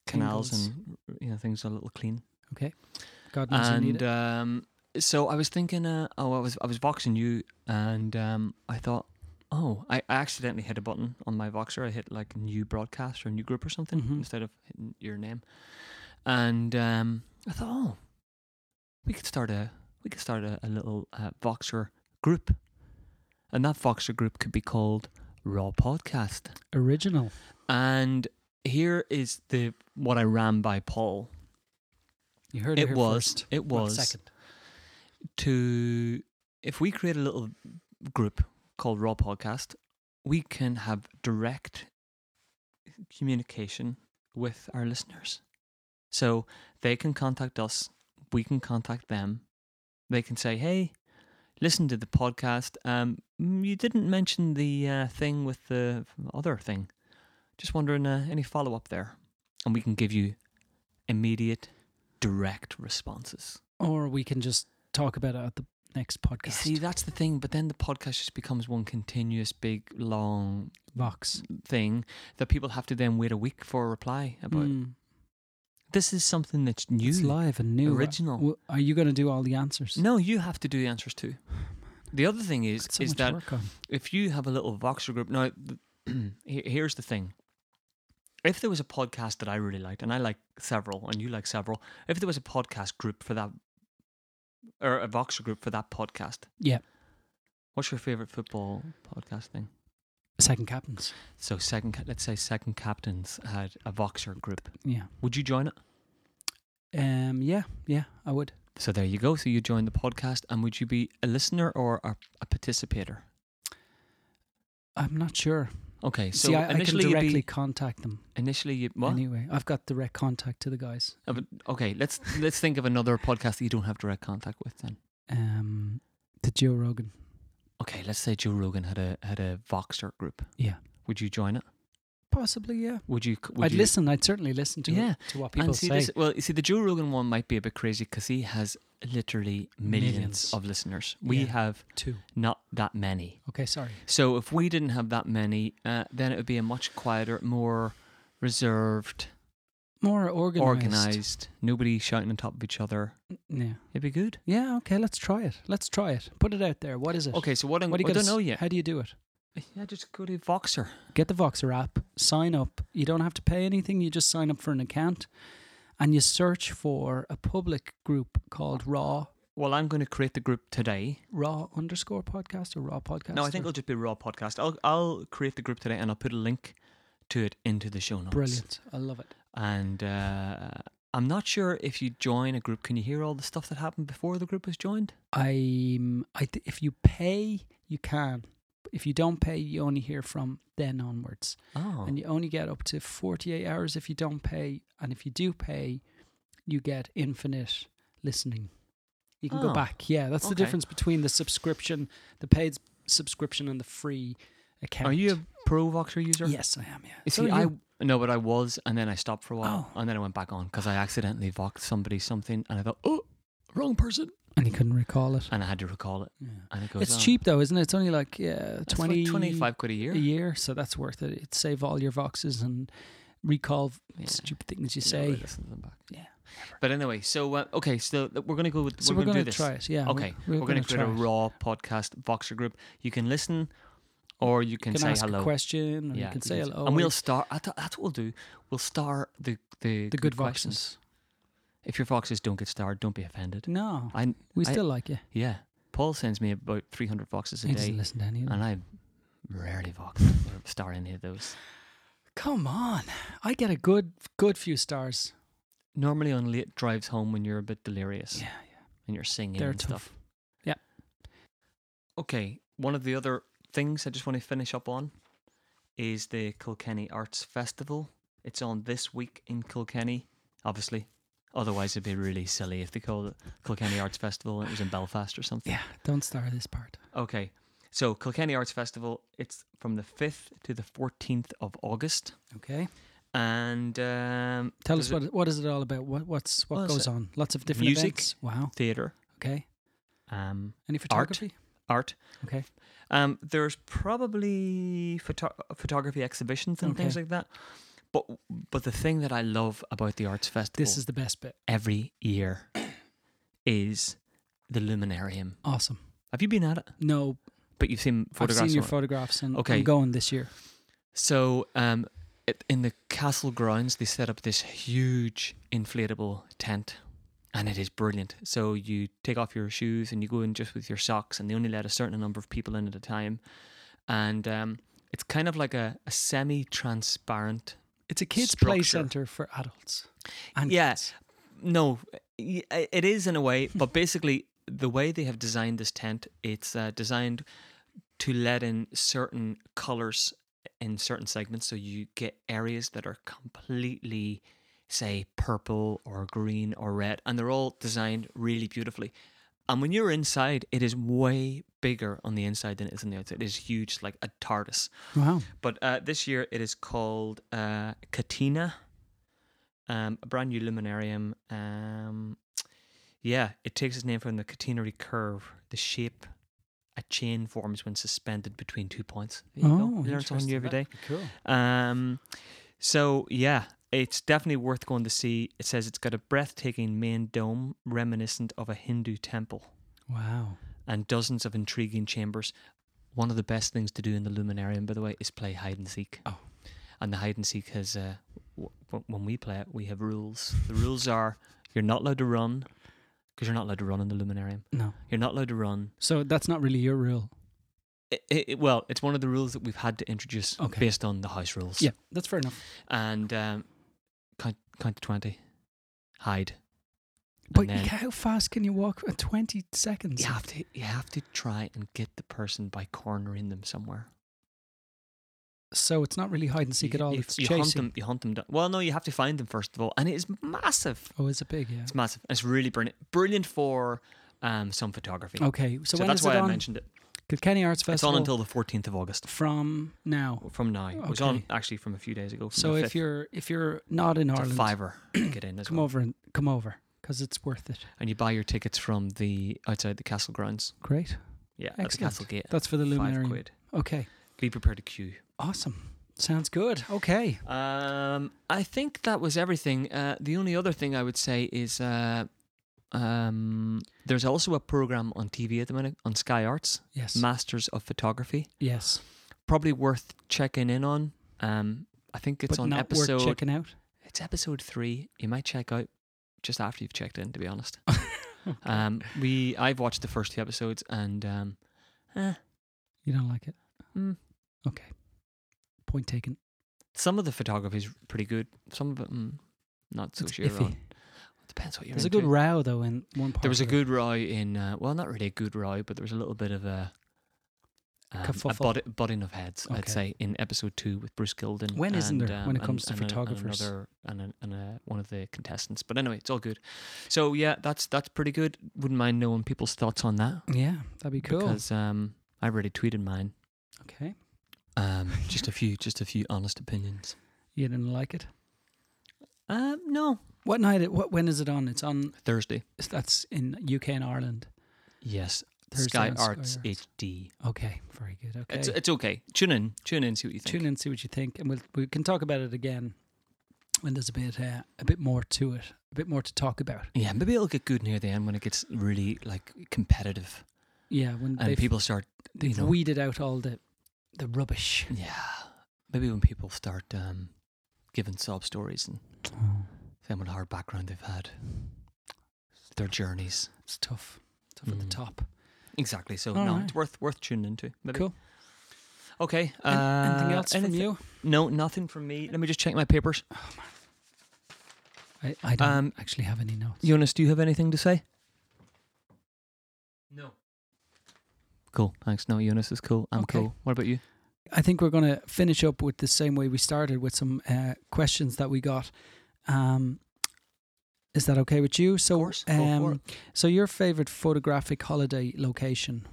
S1: canals
S2: Tingles.
S1: and you know things a little clean.
S2: God knows you
S1: And
S2: need it.
S1: um, so I was thinking, uh, oh, I was I was boxing you, and um, I thought, oh, I I accidentally hit a button on my Voxer. I hit like new broadcast or new group or something
S2: Mhm.
S1: instead of hitting your name. And um, I thought, oh, we could start a we could start a, a little uh, Voxer group, and that Voxer group could be called Raw Podcast.
S2: Original.
S1: And here is the what I ran by Paul.
S2: You heard it,
S1: It
S2: here
S1: was
S2: first.
S1: it
S2: Well,
S1: was
S2: second.
S1: to if we create a little group called Raw Podcast, we can have direct communication with our listeners. So they can contact us, we can contact them. They can say, "Hey, listen to the podcast. Um, mm, you didn't mention the uh, thing with the other thing. Just wondering, uh, any follow up there?" And we can give you immediate, direct responses.
S2: Or we can just talk about it at the next
S1: You
S2: podcast.
S1: see, that's the thing. But then the podcast just becomes one continuous, big, long
S2: Vox.
S1: Mm. thing that people have to then wait a week for a reply about.
S2: Mm.
S1: This is something that's new,
S2: It's live and new. uh,
S1: original.
S2: W- Are you going to do all the answers?
S1: no, you have to do the answers
S2: [SIGHS]
S1: too. The other thing is,
S2: Got so
S1: is
S2: much
S1: that
S2: work on.
S1: if you have a little Voxer group now, [CLEARS THROAT] th- here- here's the thing. If there was a podcast that I really liked, and I like several, and you like several, if there was a podcast group for that, or a Voxer group for that podcast,
S2: Yeah.
S1: what's your favorite football podcast thing?
S2: Second captains.
S1: So second, ca- let's say second captains had a Voxer group.
S2: Yeah.
S1: Would you join it?
S2: Um. Yeah. Yeah. I would.
S1: So there you go. So you join the podcast, and would you be a listener or a, a participator?
S2: I'm not sure.
S1: Okay, so
S2: See, I, I can
S1: initially you'd
S2: directly
S1: be
S2: contact them.
S1: initially you what?
S2: Anyway, I've got direct contact to the guys.
S1: Uh, but- Okay, let's let's think of another podcast that you don't have direct contact with. Then
S2: Um, the Joe Rogan.
S1: okay, let's say Joe Rogan had a had a Voxer group.
S2: Yeah.
S1: Would you join it?
S2: Possibly, yeah.
S1: Would you? c- Would
S2: I'd
S1: you,
S2: listen. I'd certainly listen to
S1: Yeah,
S2: it, to what people
S1: and see
S2: say.
S1: This, well, you see, the Joe Rogan one might be a bit crazy because he has literally millions,
S2: Millions.
S1: of listeners. We
S2: Yeah.
S1: have
S2: Two.
S1: not that many.
S2: Okay, sorry.
S1: So if we didn't have that many, uh, then it would be a much quieter, more reserved,
S2: More organized.
S1: organized. nobody shouting on top of each other.
S2: Yeah.
S1: It'd be good.
S2: Yeah. Okay. Let's try it. Let's try it. Put it out there. What is it?
S1: Okay, so what I'm
S2: What do you
S1: I
S2: gotta
S1: don't know
S2: s-
S1: yet.
S2: How do you do it?
S1: Yeah, just go to Voxer.
S2: Get the Voxer app. Sign up. You don't have to pay anything. You just sign up for an account, and you search for a public group called Raw
S1: Well, I'm going to create the group today.
S2: Raw underscore podcast or Raw podcast.
S1: No, I think it'll just be Raw Podcast. I'll I'll create the group today and I'll put a link to it into the show notes.
S2: brilliant. I love it.
S1: And uh, I'm not sure if you join a group, can you hear all the stuff that happened before the group was joined?
S2: I'm. I th- if you pay, you can. If you don't pay, you only hear from then onwards,
S1: Oh,
S2: and you only get up to forty-eight hours if you don't pay, and if you do pay, you get infinite listening. You can
S1: Oh,
S2: go back. Yeah, that's the
S1: okay.
S2: difference between the subscription, the paid s- subscription, and the free account.
S1: are you a pro Voxer user?
S2: Yes, I am. Yeah.
S1: You
S2: So
S1: see,
S2: are
S1: I
S2: you.
S1: no, but I was, and then I stopped for a while,
S2: Oh.
S1: and then I went back on because I accidentally voxed somebody something, and I thought, oh, wrong person,
S2: and you couldn't recall it.
S1: and I had to recall it,
S2: Yeah.
S1: and it goes.
S2: It's
S1: on.
S2: cheap though, isn't it? It's only like yeah,
S1: That's like
S2: 20,
S1: 25 quid a year.
S2: a year, so that's worth it. It'd save all your voxes and recall v-
S1: Yeah.
S2: stupid things you
S1: Nobody
S2: say.
S1: listens to them back.
S2: Yeah,
S1: But anyway, so uh, okay, so th- we're gonna go with
S2: so
S1: we're,
S2: we're,
S1: gonna,
S2: going
S1: do
S2: to
S1: this.
S2: try it. Yeah.
S1: okay, we're, gonna, create a
S2: try it.
S1: raw podcast voxer group. You can listen, or you
S2: You
S1: can,
S2: can
S1: say
S2: ask
S1: hello.
S2: a question, or
S1: yeah,
S2: you can say hello, Oh,
S1: and
S2: or
S1: we'll star. I th- that's what we'll do. We'll star the the,
S2: the good
S1: questions.
S2: voxes.
S1: If your voxes don't get starred, don't be offended.
S2: No,
S1: I
S2: we
S1: I-
S2: still like you.
S1: Yeah. Paul sends me about 300 voxes a
S2: He
S1: day,
S2: doesn't listen to any of them.
S1: and I rarely vox or star any of those.
S2: Come on, I get a good, good few stars.
S1: Normally on late drives home when you're a bit delirious
S2: Yeah,
S1: and you're singing
S2: They're
S1: and
S2: tough.
S1: stuff.
S2: Yeah.
S1: Okay, one of the other things I just want to finish up on is the Kilkenny Arts Festival. It's on this week in Kilkenny, obviously. Otherwise, it'd be really silly if they called it Kilkenny Arts Festival and it was in Belfast or something.
S2: yeah. Don't star this part.
S1: Okay. So Kilkenny Arts Festival, it's from the 5th to the 14th of August.
S2: Okay,
S1: And um,
S2: tell
S1: there's
S2: us what what is it all about? What what's what
S1: Well, it's
S2: goes
S1: a-
S2: on? Lots of different
S1: music.
S2: events. Wow.
S1: theatre,
S2: Okay.
S1: um,
S2: Any photography?
S1: art.
S2: Okay.
S1: Um, there's probably photo- photography exhibitions and things
S2: Okay.
S1: like that. But but the thing that I love about the Arts Festival
S2: This is the best bit.
S1: every
S2: [COUGHS]
S1: year is the Luminarium.
S2: Awesome.
S1: Have you been at it?
S2: No,
S1: but you've seen
S2: I've
S1: photographs.
S2: seen your
S1: on it.
S2: photographs and
S1: Okay.
S2: I'm going this year.
S1: So, um, it, in the castle grounds, they set up this huge inflatable tent, and it is brilliant. So you take off your shoes and you go in just with your socks, and they only let a certain number of people in at a time, and um, it's kind of like a, a semi-transparent.
S2: It's a kids' play
S1: Structure.
S2: center for adults. And
S1: Yeah.
S2: kids.
S1: No, y- uh, it is in a way, but basically the way they have designed this tent, it's uh, designed to let in certain colors in certain segments, so you get areas that are completely, say, purple or green or red, and they're all designed really beautifully. And when you're inside, it is way bigger on the inside than it is on the outside. It is huge, it's like a TARDIS.
S2: Wow.
S1: But uh, this year it is called uh, Katina, um, a brand new luminarium. Um, yeah, it takes its name from the catenary curve, the shape a chain forms when suspended between two points. There you
S2: oh,
S1: go. You learn something new
S2: interesting.
S1: every day.
S2: That'd be Cool.
S1: Um, so yeah, it's definitely worth going to see. It says it's got a breathtaking main dome reminiscent of a Hindu temple
S2: Wow.
S1: and dozens of intriguing chambers. One of the best things to do in the Luminarium, by the way, is play hide and seek.
S2: Oh.
S1: And the hide and seek has, uh, w- w- when we play it, we have rules. The rules are you're not allowed to run, because you're not allowed to run in the Luminarium.
S2: No.
S1: You're not allowed to run.
S2: So that's not really your rule.
S1: I i well, it's one of the rules that we've had to introduce
S2: Okay.
S1: based on the house rules.
S2: Yeah, that's fair enough.
S1: And um, count, count to 20, hide.
S2: But
S1: then-
S2: how fast can you walk? Uh, Twenty seconds.
S1: You have to you have to try and get the person by cornering them somewhere.
S2: So it's not really hide and seek
S1: you,
S2: at all.
S1: you-
S2: It's
S1: you hunt
S2: chasing.
S1: them. You hunt them down. Well, no, you have to find them first of all, and it is massive.
S2: Oh, is it big? Yeah.
S1: It's massive. It's really brilliant. Brilliant for um, some photography.
S2: Okay. Oh, So,
S1: So,
S2: when
S1: that's
S2: is it
S1: why I
S2: on?
S1: mentioned it.
S2: Kilkenny Arts
S1: it's
S2: Festival.
S1: on until the 14th of August
S2: from now.
S1: from now. It was on
S2: Okay.
S1: actually from a few days ago. from
S2: So
S1: the
S2: if
S1: 5th.
S2: you're if you're not in
S1: It's a
S2: Ireland, [CLEARS THROAT]
S1: fiver to get in as
S2: come
S1: well,
S2: over and come over because it's worth it.
S1: and you buy your tickets from the outside the castle grounds.
S2: Great.
S1: Yeah, at the
S2: Excellent.
S1: castle gate.
S2: That's for the
S1: Five
S2: luminary.
S1: quid.
S2: Okay.
S1: Be prepared to queue.
S2: Awesome. Sounds good. Okay.
S1: Um, I think that was everything. Uh, the only other thing I would say is uh, um, there's also a program on TV at the minute on Sky Arts,
S2: Yes.
S1: Masters of Photography.
S2: yes.
S1: Probably worth checking in on. Um, I think it's
S2: but
S1: on
S2: not worth
S1: episode.
S2: checking out.
S1: It's episode three. You might check out just after you've checked in. To be
S2: [LAUGHS]
S1: honest, um, we I've watched the first two episodes and um, eh,
S2: You don't like it.
S1: Mm.
S2: Okay. Point taken.
S1: some of the photography is pretty good. Some of it, mm, not so
S2: It's
S1: sure.
S2: iffy.
S1: on. Depends what you're
S2: There's a
S1: into.
S2: good row though in one part.
S1: There was a
S2: of it.
S1: good row in, uh, well, not really a good row, but there was a little bit of a, um, a
S2: Kerfuffle.
S1: body, butting of heads, I'd
S2: Okay.
S1: say, in episode two with Bruce Gilden.
S2: When isn't
S1: and,
S2: there when it
S1: and-
S2: comes to
S1: and a- and
S2: photographers?
S1: another- and, a, and a, one of the contestants. But anyway, it's all good. So yeah, that's that's pretty good. Wouldn't mind knowing people's thoughts on that
S2: Yeah, that'd be cool.
S1: because um, I already tweeted mine.
S2: okay.
S1: Um, just a few, just a few honest opinions.
S2: You didn't like it.
S1: Um, no,
S2: What night? It, what when is it on? It's on.
S1: Thursday.
S2: That's in UK and Ireland.
S1: Yes,
S2: Thursday
S1: Sky
S2: on Sky
S1: Arts
S2: Arts.
S1: HD.
S2: Okay, very good. Okay,
S1: It's it's okay. Tune in, tune in, see what you think.
S2: tune in, see what you think, and we'll, we can talk about it again when there's a bit uh, a bit more to it, a bit more to talk about.
S1: Yeah, maybe it'll get good near the end when it gets really like competitive
S2: Yeah, when
S1: and
S2: they've,
S1: people start.
S2: they've
S1: know-
S2: weeded out all the the rubbish.
S1: Yeah, maybe when people start um, giving sob stories and saying what a hard background they've had, their journeys.
S2: It's tough, tough at the
S1: Mm.
S2: top.
S1: Exactly. So
S2: All
S1: no,
S2: right.
S1: it's worth worth tuning into. Maybe.
S2: Cool.
S1: Okay.
S2: An- anything
S1: uh,
S2: else from
S1: anything-
S2: you?
S1: No, nothing from me. Let me just check my papers.
S2: I, I don't
S1: Um,
S2: actually have any notes.
S1: Jonas, do you have anything to say? No. Cool. Thanks. No, Jonas is cool. I'm
S2: Okay.
S1: cool. What about you?
S2: I think we're going to finish up with the same way we started with some uh, questions that we got. Um, is that okay with you? So,
S1: Go for
S2: um, so your favorite photographic holiday location?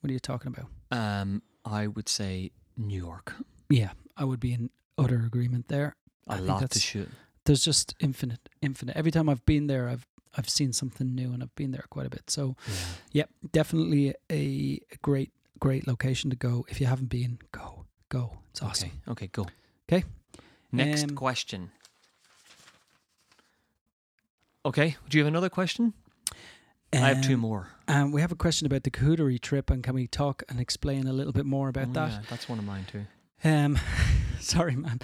S2: What are you talking about?
S1: it. Um, I would say New York.
S2: Yeah, I would be in utter agreement there. I
S1: a
S2: think
S1: lot to
S2: that's-
S1: shoot.
S2: There's just infinite, infinite. Every time I've been there, I've I've seen something new, and I've been there quite a bit. So, yep, definitely a, a great, great location to go. If you haven't been, go, go. It's awesome.
S1: Okay. Okay. Go.
S2: 'Kay.
S1: Next
S2: Um,
S1: question. Okay. Do you have another question? I have two
S2: Um,
S1: more.
S2: Um, we have a question about the Kahootery trip, and can we talk and explain a little bit more about
S1: Oh,
S2: that?
S1: yeah, that's one of mine too.
S2: Um, [LAUGHS] sorry, man.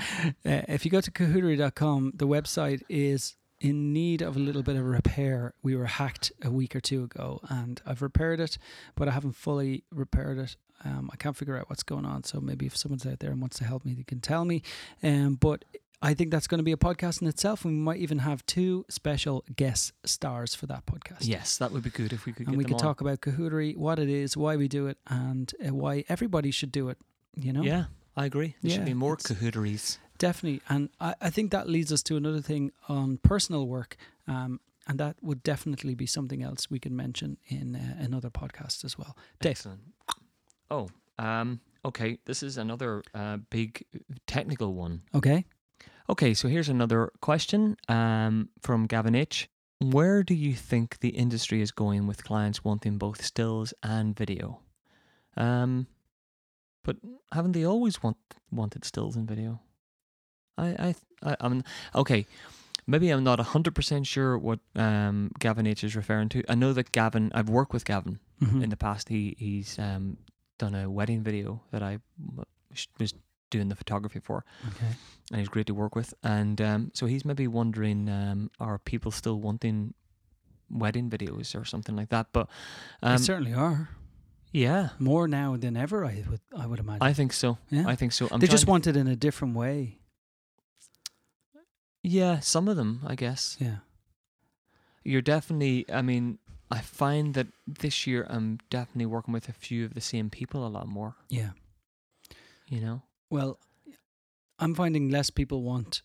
S2: Uh, if you go to kahootery.com, the website is in need of a little bit of repair. We were hacked a week or two ago, and I've repaired it, but I haven't fully repaired it. Um, I can't figure out what's going on. So maybe if someone's out there and wants to help me, they can tell me. Um, but I think that's going to be a podcast in itself. We might even have two special guest stars for that podcast
S1: Yes, that would be good if we could.
S2: and
S1: get
S2: we
S1: them
S2: could
S1: on.
S2: talk about Kahootery, what it is, why we do it, and uh, why everybody should do it. You know,
S1: Yeah, I agree. There
S2: Yeah,
S1: should be more
S2: it's-
S1: cahooteries.
S2: definitely. And I, I think that leads us to another thing on personal work, um, and that would definitely be something else we can mention in uh, another podcast as well. Dave.
S1: Excellent. Oh, um, okay. This is another uh, big technical one.
S2: Okay,
S1: Okay, so here's another question um, from Gavin H. Where do you think the industry is going with clients wanting both stills and video? Um, but haven't they always want wanted stills and video? I I I, I mean, okay. Maybe I'm not 100% sure what um, Gavin H is referring to. I know that Gavin, I've worked with Gavin
S2: Mhm.
S1: in the past he he's um, done a wedding video that I w- sh- was doing the photography for
S2: okay,
S1: and he's great to work with and um, so he's maybe wondering um, are people still wanting wedding videos or something like that but
S2: they
S1: um,
S2: certainly are
S1: yeah
S2: more now than ever. I would, I would imagine.
S1: I think so
S2: yeah,
S1: I think so I'm
S2: they just
S1: trying-
S2: want it in a different way.
S1: yeah some of them I guess
S2: Yeah,
S1: you're definitely I mean I find that this year I'm definitely working with a few of the same people a lot more
S2: yeah.
S1: you know
S2: Well, I'm finding less people want.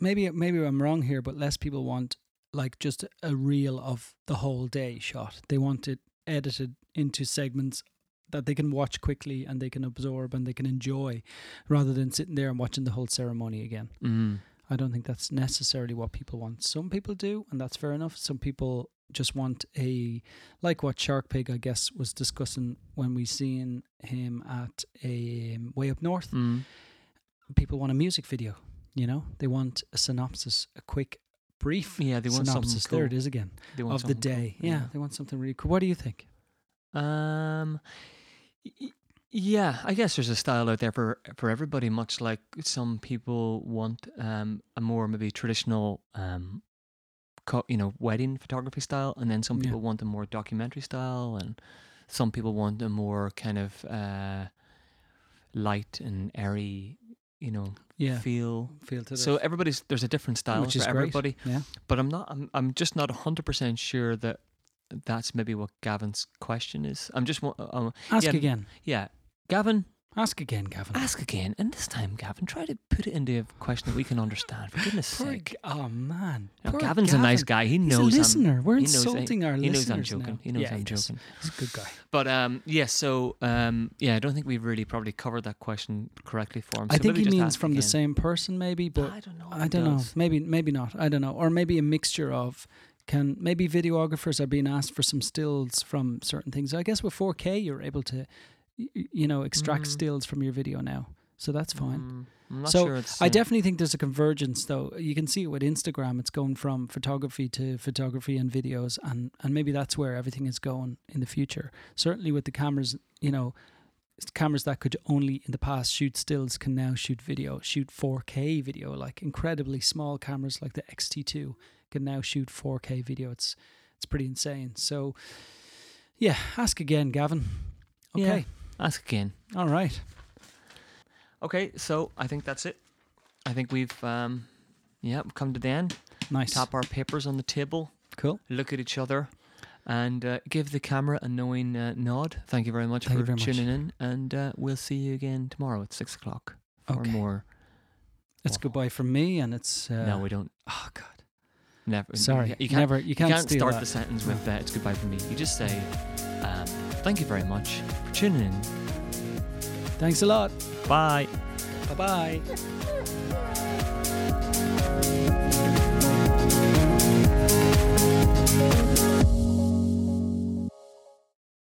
S2: Maybe maybe I'm wrong here, but less people want like just a reel of the whole day shot. They want it edited into segments that they can watch quickly and they can absorb and they can enjoy, rather than sitting there and watching the whole ceremony again.
S1: mm.
S2: I don't think that's necessarily what people want. Some people do, and that's fair enough. Some people just want a like what Shark Pig, I guess, was discussing when we seen him at a um, way up north
S1: Mm.
S2: people want a music video. You know, they want a synopsis, a quick, brief
S1: yeah they want
S2: synopsis.
S1: something cool.
S2: There it is again
S1: They want
S2: of the
S1: something cool.
S2: day. Yeah, they want something really cool. What do you think?
S1: Um, y- y- yeah, I guess there's a style out there for for everybody. Much like some people want um a more maybe traditional um, co- you know, wedding photography style, and then some
S2: Yeah.
S1: people want a more documentary style, and some people want a more kind of uh light and airy, you know,
S2: Yeah,
S1: feel.
S2: feel to
S1: So everybody's there's a different style
S2: which
S1: for
S2: is great.
S1: everybody
S2: Yeah,
S1: but I'm not. I'm, I'm just not hundred percent sure that that's maybe what Gavin's question is. I'm just. wa- Um,
S2: ask
S1: Yeah.
S2: again.
S1: yeah, Gavin,
S2: Ask again, Gavin.
S1: ask again, and this time, Gavin, try to put it into a question that we can understand. For goodness'
S2: Poor
S1: sake,
S2: G- oh man,
S1: now,
S2: Poor
S1: Gavin's a nice guy.
S2: Gavin.
S1: He
S2: He's
S1: knows.
S2: a
S1: I'm,
S2: listener. We're
S1: he knows I-
S2: insulting our
S1: he knows
S2: listeners
S1: I'm joking.
S2: now.
S1: He knows
S2: Yeah,
S1: I'm
S2: does.
S1: joking.
S2: He's a good guy.
S1: But um, yeah. So um, yeah, I don't think we've really probably covered that question correctly for him.
S2: I
S1: so
S2: think
S1: maybe
S2: he
S1: just
S2: means
S1: ask
S2: from the
S1: again.
S2: same person, maybe, but
S1: I don't know. if
S2: I
S1: he
S2: don't know.
S1: does.
S2: Maybe maybe not. I don't know. Or maybe a mixture of can maybe videographers are being asked for some stills from certain things. I guess with 4K you're able to y- y- you know extract
S1: Mhm.
S2: stills from your video now. So that's fine.
S1: Mm, I'm not
S2: So,
S1: sure it's,
S2: I
S1: uh,
S2: definitely think there's a convergence though. You can see it with Instagram. It's going from photography to photography and videos and and maybe that's where everything is going in the future. Certainly with the cameras, you know, s- cameras that could only in the past shoot stills can now shoot video, shoot 4K video like incredibly small cameras like the X-T2 can now shoot 4K video. It's it's pretty insane. So yeah, ask again, Gavin.
S1: Yeah.
S2: Okay.
S1: ask again.
S2: All right.
S1: Okay, so I think that's it. I think we've um yeah, we've come to the end.
S2: Nice.
S1: Tap our papers on the table,
S2: Cool.
S1: look at each other and uh, give the camera a knowing uh, nod. Thank you very much
S2: Thank you
S1: for
S2: very much.
S1: tuning in and uh, we'll see you again tomorrow at 6 o'clock for
S2: Okay.
S1: more.
S2: It's
S1: Wow.
S2: goodbye from me and it's uh,
S1: no, we don't.
S2: Oh god.
S1: Never.
S2: Sorry,
S1: You can't,
S2: never. You
S1: you
S2: can't,
S1: can't
S2: steal
S1: start
S2: that.
S1: the sentence with uh, it's goodbye from me. You just say, um, thank you very much for tuning in.
S2: Thanks a lot.
S1: Bye.
S2: Bye bye.